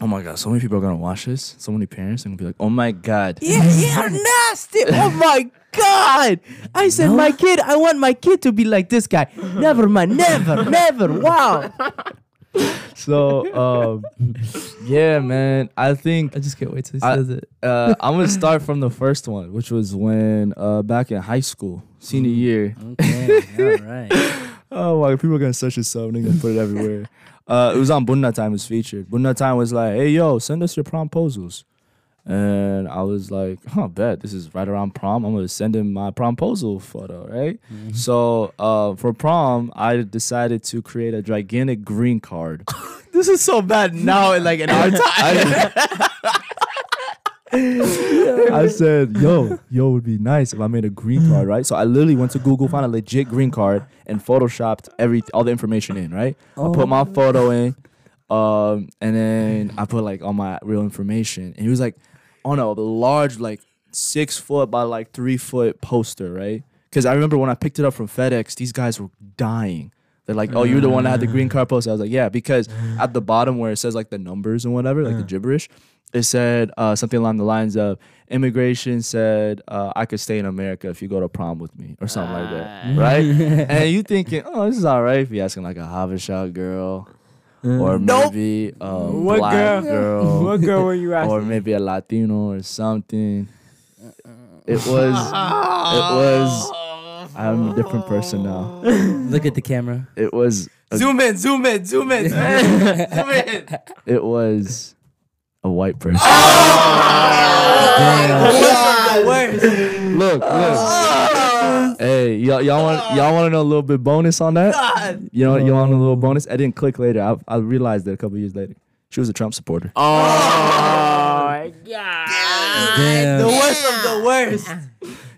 Speaker 1: oh my god, so many people are gonna watch this. So many parents are gonna be like, oh my god.
Speaker 3: Yeah, yeah, nasty. *laughs* Oh my god! I said my kid. I want my kid to be like this guy. Never mind. *laughs* Never, never. Wow.
Speaker 1: So, *laughs* um, yeah, man, I think
Speaker 3: I just can't wait till he
Speaker 1: I-
Speaker 3: says it.
Speaker 1: *laughs* uh, I'm gonna start from the first one, which was when uh, back in high school, senior year.
Speaker 8: okay. All
Speaker 1: *laughs*
Speaker 8: right.
Speaker 1: Mm-hmm. Oh my, people are gonna search this up. and They're gonna put it everywhere. *laughs* uh, it was on Bunna Time. It was featured. Bunna Time was like, "Hey, yo, send us your promposals," and I was like, "Huh, bet this is right around prom. I'm gonna send him my promposal photo, right?" So uh, for prom, I decided to create a gigantic green *laughs* card.
Speaker 3: This is so bad now. and Like
Speaker 1: *laughs*
Speaker 3: in our time.
Speaker 1: I, I said, yo, yo, it would be nice if I made a green card, right? So I literally went to Google, found a legit green card, and photoshopped every all the information in, right? I put my photo in, um, and then I put like all my real information. And it was like on a large, like six foot by like three foot poster, right? Because I remember when I picked it up from FedEx, these guys were dying. They're like, oh, you're the one that had the green card poster. I was like, yeah, because at the bottom where it says like the numbers and whatever, like the gibberish, it said uh, something along the lines of immigration said, uh, I could stay in America if you go to prom with me or something like that, right? and you thinking, oh, this is all right if you're asking like a Havishah girl or maybe a
Speaker 2: What
Speaker 1: black
Speaker 2: girl?
Speaker 1: girl
Speaker 2: *laughs* What girl were you
Speaker 3: Oh.
Speaker 2: asking?
Speaker 1: or maybe a Latino or something.
Speaker 2: Uh-uh.
Speaker 1: It was, it
Speaker 2: *laughs*
Speaker 1: was, I'm a different person now.
Speaker 8: Look at the
Speaker 1: *laughs*
Speaker 8: camera.
Speaker 1: It was a,
Speaker 3: Zoom in. Zoom in. Zoom in. Zoom
Speaker 2: *laughs*
Speaker 3: in. Zoom in.
Speaker 1: it was a white person. *laughs* Look, look.
Speaker 2: *laughs*
Speaker 1: Hey, y'all, y'all want y'all want to know a little bit bonus on that? You know, you want a little bonus? I didn't click later. I, I realized it a couple years later. She was a Trump supporter. Oh,
Speaker 8: Damn.
Speaker 3: The worst of the worst.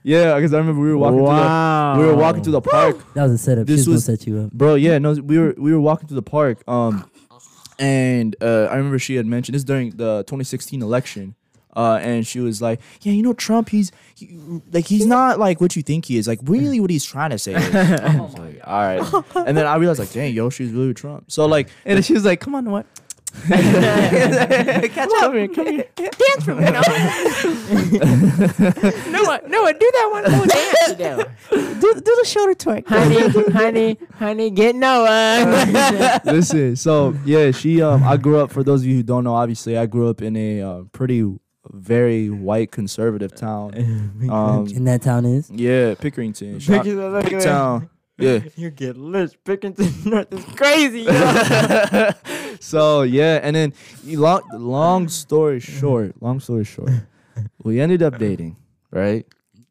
Speaker 1: yeah, because I remember we were walking. Through the, we were walking through the park.
Speaker 8: That was a setup.
Speaker 1: This
Speaker 8: She's
Speaker 1: was-
Speaker 8: gonna set you up.
Speaker 1: bro yeah no we were we were walking through the park um and uh i remember she had mentioned this during the 2016 election uh, and she was like, "Yeah, you know Trump. He's he, like he's not like what you think he is. Like really, what he's trying to say." *laughs* Is. I was like, All right. And then I realized, like, dang, yo, she's really with Trump. So like,
Speaker 3: And she was like, "Come on, what? Catch up. *laughs*
Speaker 2: *laughs* do, do the shoulder twerk. Honey, honey, honey, get Noah.
Speaker 1: *laughs* Listen, so yeah, she um I grew up for those of you who don't know, obviously I grew up in a uh, pretty very white conservative *laughs* town. Um
Speaker 8: And that town is.
Speaker 1: yeah, Pickerington. Shout- town. Yeah.
Speaker 2: You get lit. Pickerington North is *laughs* crazy. yo.
Speaker 1: so yeah, and then you long long story short, long story short, we ended up dating, right?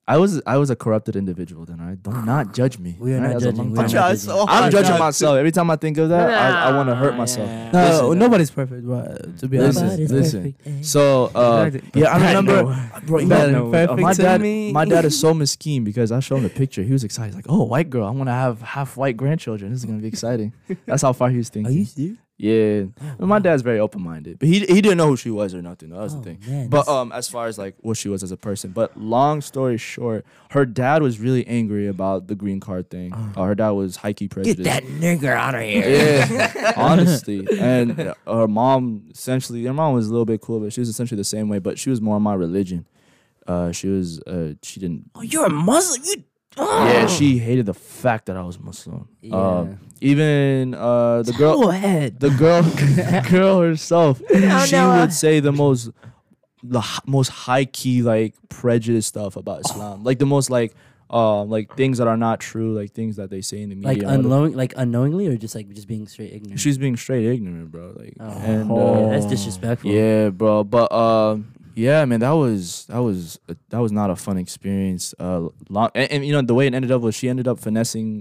Speaker 1: I was I was a corrupted individual then, all right? Don't not judge me.
Speaker 8: We are
Speaker 1: all right?
Speaker 8: not
Speaker 1: That was a long
Speaker 8: judging. We
Speaker 1: time
Speaker 8: are not
Speaker 1: ago.
Speaker 8: judging.
Speaker 1: I'm judging myself. Every time I think of that, I, I want to hurt
Speaker 2: Nah,
Speaker 1: myself.
Speaker 2: yeah.
Speaker 3: No, nobody's perfect, bro. To be
Speaker 1: Listen,
Speaker 3: honest,
Speaker 8: Nobody's
Speaker 1: listen.
Speaker 8: perfect.
Speaker 1: So uh,
Speaker 3: Exactly.
Speaker 1: yeah, I remember bro, you
Speaker 3: Better
Speaker 1: gotta-
Speaker 3: than perfect
Speaker 1: uh, my
Speaker 3: to
Speaker 1: dad,
Speaker 3: me.
Speaker 1: my dad is so miskin because I showed him a picture. He was excited. He's like, oh, white girl, I want to have half white grandchildren. This is gonna be exciting. That's how far he was thinking.
Speaker 8: Are you serious?
Speaker 1: Yeah, Well, my dad's very open minded, but he he didn't know who she was or nothing. That was
Speaker 8: Oh,
Speaker 1: the thing.
Speaker 8: man,
Speaker 1: but
Speaker 8: that's-
Speaker 1: um, as far as like what she was as a person, but long story short, her dad was really angry about the green card thing.
Speaker 8: Ah.
Speaker 1: Uh, her dad was hikey prejudiced.
Speaker 6: nigger out of here.
Speaker 1: Yeah, honestly. *laughs* And uh, her mom, essentially, her mom was a little bit cool, but she was essentially the same way. But she was more on my religion. Uh, she was, uh, she didn't.
Speaker 6: Oh, you're a Muslim. You
Speaker 1: *gasps* yeah, she hated the fact that I was Muslim. Uh, even uh, the girl,
Speaker 3: head.
Speaker 1: the *laughs* girl, the girl herself, she would say the most, the h- most high key like prejudice stuff about Islam, like the most like, um, like things that are not true, like things that they say in the media.
Speaker 8: Like
Speaker 1: and all that.
Speaker 8: unknowing, like unknowingly, or just like just being straight ignorant.
Speaker 1: She's being straight ignorant, bro. Like,
Speaker 8: Oh.
Speaker 1: and
Speaker 8: Yeah,
Speaker 1: uh,
Speaker 8: that's disrespectful.
Speaker 1: Yeah, bro. But um, yeah, man, that was that was that was not a fun experience. Uh, long, and, and, you know the way it ended up was she ended up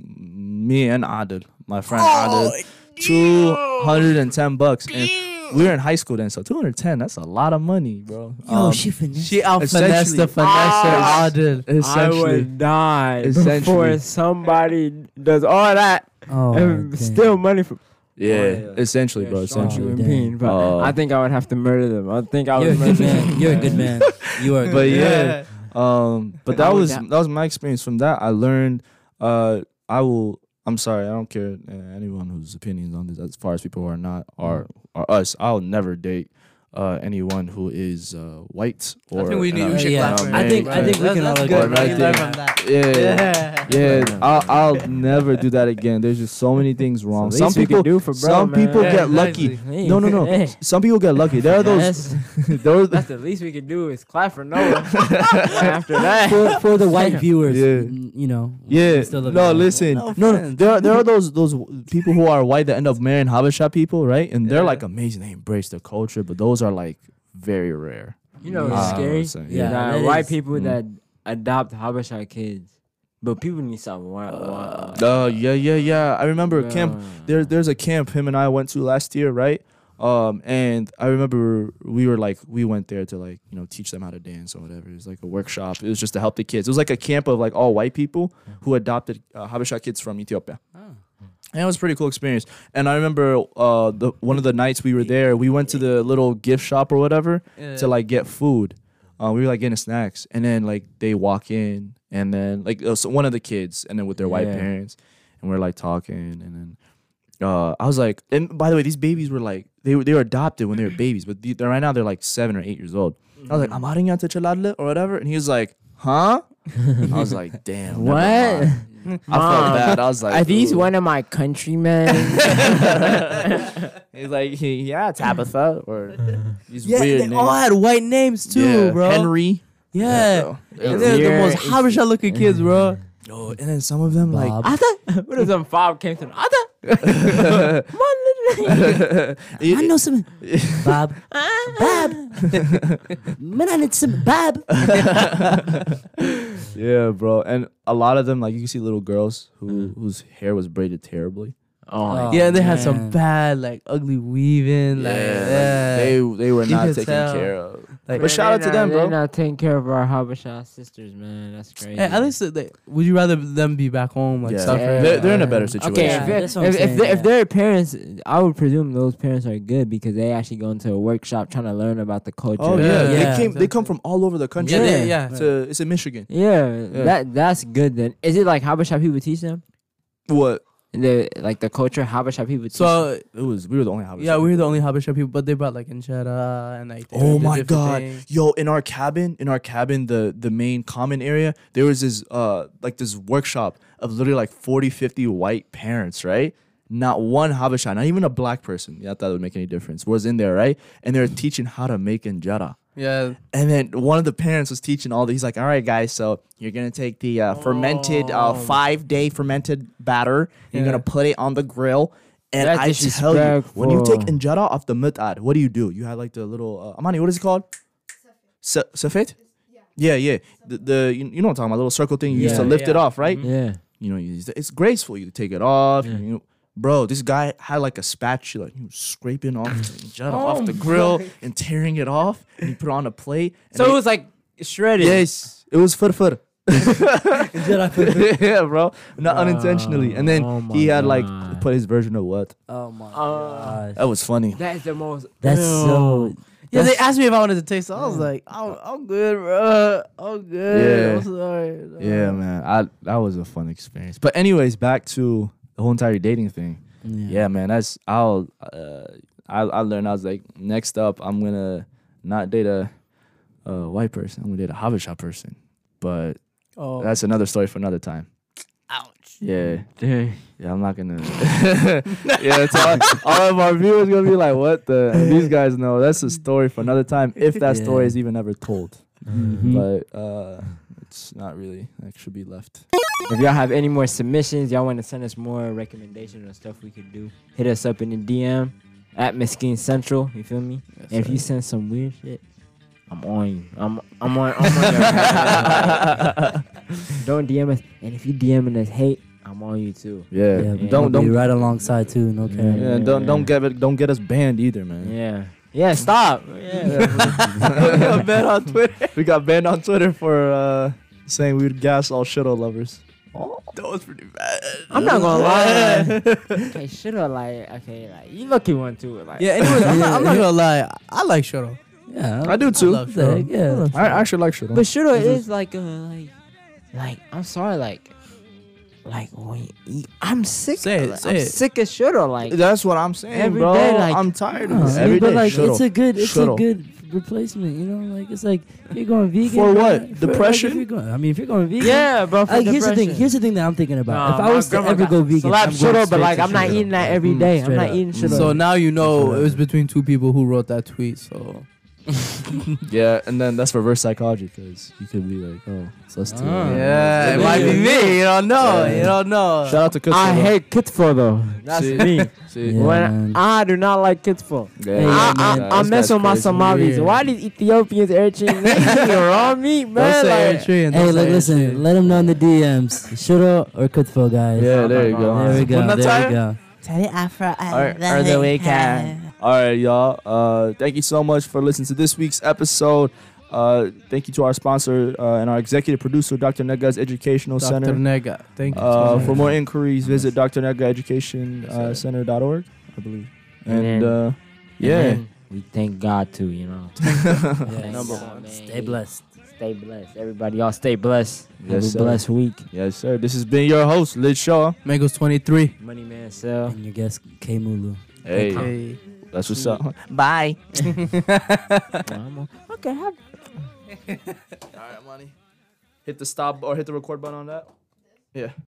Speaker 1: finessing me and Adil, my friend
Speaker 2: Oh,
Speaker 1: Adil, two hundred and ten bucks. And we were in high school then, so two hundred ten. That's a lot of money, bro.
Speaker 8: Yo,
Speaker 1: Um,
Speaker 8: she finessed.
Speaker 3: She out finessed the
Speaker 1: essentially-
Speaker 3: finesse Auden.
Speaker 2: I
Speaker 1: essentially,
Speaker 2: would die
Speaker 1: Essentially.
Speaker 2: before somebody does all that
Speaker 1: um,
Speaker 8: oh,
Speaker 2: and
Speaker 8: damn.
Speaker 2: steal money from
Speaker 1: yeah,
Speaker 2: Oh, yeah.
Speaker 1: essentially, bro,
Speaker 2: Sean
Speaker 1: essentially.
Speaker 2: human
Speaker 8: Damn.
Speaker 2: being. But
Speaker 1: Oh.
Speaker 2: I think I would have to murder them. I think I
Speaker 8: You're a
Speaker 2: would
Speaker 8: good
Speaker 2: murder
Speaker 8: man.
Speaker 2: them.
Speaker 8: You're a good man. You are. A good
Speaker 1: But
Speaker 8: man.
Speaker 1: yeah, um, but
Speaker 2: I
Speaker 1: that
Speaker 2: would
Speaker 1: was
Speaker 2: doubt-
Speaker 1: that was my experience. From that, I learned. Uh, I will. I'm sorry. I don't care uh, anyone whose opinions on this, as far as people who are not are are us. I'll never date uh, anyone who is uh, white or.
Speaker 3: I think we
Speaker 1: and
Speaker 3: need.
Speaker 1: I'm-
Speaker 3: We should
Speaker 8: yeah.
Speaker 3: clap for
Speaker 1: I
Speaker 3: him.
Speaker 1: think- I
Speaker 8: think we
Speaker 3: That's-
Speaker 8: can
Speaker 3: that's
Speaker 8: all
Speaker 3: good.
Speaker 1: agree.
Speaker 3: We can learn from that.
Speaker 1: Yeah.
Speaker 3: Yeah.
Speaker 1: Yeah, I'll, I'll never do that again. There's just so many things wrong.
Speaker 2: least
Speaker 1: some
Speaker 2: we can
Speaker 1: people,
Speaker 2: do for bro,
Speaker 1: some
Speaker 2: man.
Speaker 1: people
Speaker 3: Yeah,
Speaker 1: get
Speaker 3: exactly.
Speaker 1: lucky. No, no, no.
Speaker 2: Hey.
Speaker 1: Some people get lucky. There are those.
Speaker 2: That's,
Speaker 1: There are,
Speaker 2: *laughs* *laughs* that's the least we could do is clap for Noah. After that,
Speaker 8: for, for the white
Speaker 1: *laughs*
Speaker 8: viewers,
Speaker 1: Yeah.
Speaker 8: n- you know.
Speaker 1: Yeah.
Speaker 8: we still love
Speaker 1: no,
Speaker 8: you.
Speaker 1: listen. No, no, There are, there are those those w- people who are white that end up marrying Habesha people, right? And they're like amazing. They embrace their culture, but those are like very rare.
Speaker 2: you know
Speaker 1: Uh,
Speaker 2: it's scary.
Speaker 1: so,
Speaker 8: Yeah,
Speaker 1: yeah.
Speaker 2: Nah,
Speaker 8: that
Speaker 2: white
Speaker 8: is-
Speaker 2: people
Speaker 1: Mm.
Speaker 2: that adopt Habesha kids, but people need some wa- wa-
Speaker 1: Uh, yeah, yeah, yeah. I remember a camp.
Speaker 2: Yeah.
Speaker 1: There, there's a camp him and I went to last year, right? Um, and I remember we were like, we went there to like, you know, teach them how to dance or whatever. It was like a workshop. It was just to help the kids. It was like a camp of like all white people who adopted uh, Habesha kids from Ethiopia. And it was a pretty cool experience. And I remember uh, the one of the nights we were there, we went to the little gift shop or whatever to like get food. Uh, we were like getting snacks, and then like they walk in, and then like uh, so one of the kids, and then with their white
Speaker 2: Yeah.
Speaker 1: parents, and we're like talking, and then uh, I was like, and by the way, these babies were like they were they were adopted when they were babies, but the, they're, right now they're like seven or eight years old. I was like, "Amarin ya techaladle," or whatever, and he was like, "Huh?" I was like, "Damn, never
Speaker 2: What?
Speaker 1: mind." I
Speaker 2: Mom,
Speaker 1: felt bad. I was like,
Speaker 2: Are these
Speaker 1: "Ooh."
Speaker 2: one of my
Speaker 1: *laughs*
Speaker 2: countrymen?
Speaker 1: He's like, he- yeah, Tabitha, or these
Speaker 3: Yeah,
Speaker 1: weird
Speaker 3: they
Speaker 1: names.
Speaker 3: all had white names too,
Speaker 1: Yeah,
Speaker 3: bro.
Speaker 1: Henry.
Speaker 3: Yeah.
Speaker 1: So,
Speaker 3: And they're the
Speaker 2: Here
Speaker 3: most
Speaker 2: is-
Speaker 3: Habesha looking kids, bro.
Speaker 1: oh, and then some of them *laughs*
Speaker 2: *laughs*
Speaker 8: Bob. *laughs*
Speaker 2: what if some fob came to the other?
Speaker 1: *laughs* like.
Speaker 8: I know some Bob. Bob.
Speaker 1: *laughs*
Speaker 8: Man, I need some Bob.
Speaker 1: *laughs* yeah, bro, and a lot of them like you can see little girls who whose hair was braided terribly.
Speaker 2: Oh,
Speaker 3: yeah, they had some
Speaker 8: man.
Speaker 3: bad, like ugly weaving. Like, yeah.
Speaker 1: they they were
Speaker 3: You
Speaker 1: not
Speaker 3: could
Speaker 1: taken
Speaker 3: tell.
Speaker 1: care of.
Speaker 3: Like-
Speaker 1: but shout out to them,
Speaker 2: They're
Speaker 1: bro.
Speaker 2: not taking care of our Habesha sisters, man. That's crazy.
Speaker 3: Hey, at least uh, they, would you rather them be back home like
Speaker 1: Yeah.
Speaker 3: suffering?
Speaker 1: They're, they're in a better situation.
Speaker 2: Okay,
Speaker 8: Yeah,
Speaker 2: if, it-
Speaker 8: that's what I'm
Speaker 2: if, if,
Speaker 8: saying,
Speaker 2: they- if
Speaker 8: yeah.
Speaker 2: their parents, I would presume those parents are good because they actually go into a workshop trying to learn about the culture.
Speaker 1: Oh yeah,
Speaker 3: Yeah,
Speaker 1: they
Speaker 3: yeah,
Speaker 1: came. They come
Speaker 3: exactly.
Speaker 1: from all over the country.
Speaker 3: Yeah, they- yeah.
Speaker 1: To, it's in Michigan.
Speaker 2: Yeah,
Speaker 1: Yeah.
Speaker 2: that that's good. Then is it like Habesha people teach them
Speaker 1: What?
Speaker 2: the like the culture Habesha people teach? them?
Speaker 3: So
Speaker 1: It was we were the only Habesha
Speaker 3: yeah, we were the only Habesha people, but they brought like enchada and like. they
Speaker 1: Oh
Speaker 3: did
Speaker 1: my
Speaker 3: different
Speaker 1: god.
Speaker 3: things.
Speaker 1: Yo, in our cabin, in our cabin, the the main common area, there was this uh like this workshop of literally like 40, 50 white parents, right? Not one Habesha, not even a black person. Yeah, I thought it would make any difference. Was in there, right? And they're teaching how to make injera.
Speaker 3: Yeah.
Speaker 1: And then one of the parents was teaching all. The, he's like, "All right, guys, so you're gonna take the uh, fermented uh, five day fermented batter. You're
Speaker 3: Oh. Yeah.
Speaker 1: gonna put it on the grill." And
Speaker 2: That's
Speaker 1: I tell you, when you take
Speaker 2: disrespectful.
Speaker 1: injera off the mitad, what do you do? You have like the little uh, Amani. What is it called? Sa- Safet. Yeah, yeah. The, the you, you know what I'm talking about, little circle thing you used to
Speaker 3: Yeah,
Speaker 1: lift it
Speaker 3: yeah. Mm-hmm.
Speaker 1: off, right?
Speaker 2: yeah,
Speaker 1: You know, you- it's graceful. You take it off. You, bro, this guy had like a spatula. He was scraping off
Speaker 2: *sighs*
Speaker 1: the injera
Speaker 2: Oh
Speaker 1: off the grill and tearing it off. And he put it on a plate. and
Speaker 2: so
Speaker 1: they-
Speaker 2: it was like shredded.
Speaker 1: Yes, it was
Speaker 2: *laughs*
Speaker 1: furfur. *laughs* yeah, bro. Not unintentionally. And then
Speaker 2: Ah, Oh my
Speaker 1: he had like
Speaker 2: God.
Speaker 1: put his version of what?
Speaker 8: Oh
Speaker 1: Uh,
Speaker 8: my gosh.
Speaker 1: That was funny.
Speaker 2: That is the most.
Speaker 8: That's so.
Speaker 3: Yeah, they asked me if I wanted to taste. it. I was like, I'm, I'm good, bro. I'm good.
Speaker 1: Yeah.
Speaker 3: I'm sorry.
Speaker 1: Yeah, man. I that was a fun experience. But anyways, back to the whole entire dating thing. Yeah, man. That's I'll uh, I I learned. I was like, next up, I'm gonna not date a, a white person. I'm gonna date a Habesha person. But
Speaker 3: Oh,
Speaker 1: That's another story for another time.
Speaker 3: ouch.
Speaker 1: Yeah. Yeah, I'm not
Speaker 3: *laughs*
Speaker 1: gonna. *laughs* yeah, it's all, all of our viewers gonna be like, "What the?" and
Speaker 3: *laughs*
Speaker 1: these guys know that's a story for another time, if that story is even ever told.
Speaker 8: Mm. Mm-hmm.
Speaker 1: But uh, it's not really. That should be left.
Speaker 2: If y'all have any more submissions, y'all want to send us more recommendations on stuff we could do, hit us up in the DM at Mesquite Central. You feel me? and if you send some weird shit, I'm on you. I'm I'm on. I'm on your ass. Don't DM us. And if you DMing us hate, I'm on you too.
Speaker 1: Yeah.
Speaker 8: Yeah,
Speaker 2: Yeah.
Speaker 1: uh, Don't
Speaker 8: don't be
Speaker 1: don't.
Speaker 8: right alongside too. No cap.
Speaker 1: Yeah, don't don't get it. Don't get us banned either, man.
Speaker 2: Yeah. *laughs* Yeah. Stop. Yeah.
Speaker 1: we
Speaker 3: *laughs*
Speaker 1: got banned on Twitter. We got banned on Twitter for uh, saying we would gas all shitto lovers. That was pretty bad.
Speaker 2: Oh. I'm not gonna lie. *laughs* okay, shit. Or like, okay, like you lucky one too. Like,
Speaker 3: Yeah, anyways, I'm, not, I'm
Speaker 1: *laughs*
Speaker 3: not gonna lie. I like Shoro.
Speaker 8: Yeah,
Speaker 1: I do
Speaker 8: I
Speaker 1: too.
Speaker 8: love that. Yeah,
Speaker 1: I actually like shitto.
Speaker 2: But Shiro is like, uh, like, like I'm sorry, like, like when you- I'm sick.
Speaker 3: Say it,
Speaker 2: like,
Speaker 3: say
Speaker 2: I'm
Speaker 3: it.
Speaker 2: sick of Shiro. Like,
Speaker 1: That's what I'm saying,
Speaker 2: Every
Speaker 1: bro.
Speaker 2: day, like-
Speaker 1: I'm tired of
Speaker 8: Uh,
Speaker 1: this. Every
Speaker 8: but
Speaker 1: day,
Speaker 8: like
Speaker 1: shuttle.
Speaker 8: it's a good it's
Speaker 1: Shuttle.
Speaker 8: a good replacement you know like it's like you're going vegan
Speaker 1: For
Speaker 8: bro,
Speaker 1: what?
Speaker 8: for, like,
Speaker 1: Depression?
Speaker 8: if you're going, i mean if you're going vegan
Speaker 2: yeah, bro. For *laughs*
Speaker 8: like here's the thing
Speaker 2: depression.
Speaker 8: here's the thing that i'm thinking about
Speaker 2: Nah,
Speaker 8: if i
Speaker 2: my
Speaker 8: was to
Speaker 2: grandma
Speaker 8: ever
Speaker 2: got
Speaker 8: go vegan
Speaker 2: slap
Speaker 8: I'm going
Speaker 2: Shiro, but
Speaker 8: straight
Speaker 2: like
Speaker 8: to
Speaker 2: I'm not
Speaker 8: Shiro.
Speaker 2: eating that every
Speaker 8: Mm,
Speaker 2: day. I'm
Speaker 8: straight
Speaker 2: not
Speaker 8: up.
Speaker 2: eating Shiro.
Speaker 3: So now you know it was between two people who wrote that tweet. So
Speaker 1: Ah. yeah, and then that's reverse psychology because you could be like, oh, so that's too.
Speaker 3: Ah.
Speaker 1: Yeah,
Speaker 3: it might be me. You don't know. You don't know.
Speaker 1: Shout out to Kutsuma.
Speaker 2: I hate Kitfo though. That's
Speaker 1: See?
Speaker 2: me.
Speaker 1: See?
Speaker 8: Yeah,
Speaker 2: when
Speaker 8: man.
Speaker 2: I do not like Kitfo.
Speaker 1: Yeah,
Speaker 2: I, I,
Speaker 1: man,
Speaker 2: I
Speaker 1: this
Speaker 2: mess
Speaker 1: guy's
Speaker 2: with my
Speaker 1: crazy.
Speaker 2: Somalis.
Speaker 3: Weird.
Speaker 2: Why these Ethiopians everything around me,
Speaker 3: Don't
Speaker 2: man?
Speaker 3: say
Speaker 2: Like,
Speaker 3: Eritrean.
Speaker 8: hey
Speaker 3: don't
Speaker 8: look,
Speaker 3: say
Speaker 8: listen
Speaker 3: Eritrean.
Speaker 8: let them know in the dms Shiro or kutfo guys
Speaker 1: Yeah, there you go.
Speaker 8: there we go
Speaker 1: Bunataya?
Speaker 8: there we go
Speaker 1: *laughs* Or, or the weekend. All right, y'all. Uh, thank you so much for listening to this week's episode. Uh, thank you to our sponsor uh, and our executive producer, Dr. Nega's Educational
Speaker 3: Dr.
Speaker 1: Center.
Speaker 3: Nega. Thank you.
Speaker 1: Uh,
Speaker 3: so
Speaker 1: for
Speaker 3: much.
Speaker 1: more inquiries, visit Dr. Nega Education uh, Center.org, I believe.
Speaker 2: And
Speaker 1: And
Speaker 2: then-
Speaker 1: uh,
Speaker 2: And
Speaker 1: yeah. *laughs*
Speaker 2: then We thank God too, you know.
Speaker 8: Yes.
Speaker 2: Number one.
Speaker 8: stay blessed
Speaker 2: Stay blessed, everybody. Y'all stay blessed.
Speaker 1: Yes,
Speaker 2: Have
Speaker 1: sir.
Speaker 2: a blessed week.
Speaker 1: Yes, sir. This has been your host, Lid Shaw.
Speaker 3: Mango's 23.
Speaker 2: Money man, *laughs* sell.
Speaker 8: and your guest k mulu
Speaker 1: Hey, that's what's up. *laughs*
Speaker 4: Bye.
Speaker 1: All right, money. Hit the stop or hit the record button on that. Yeah.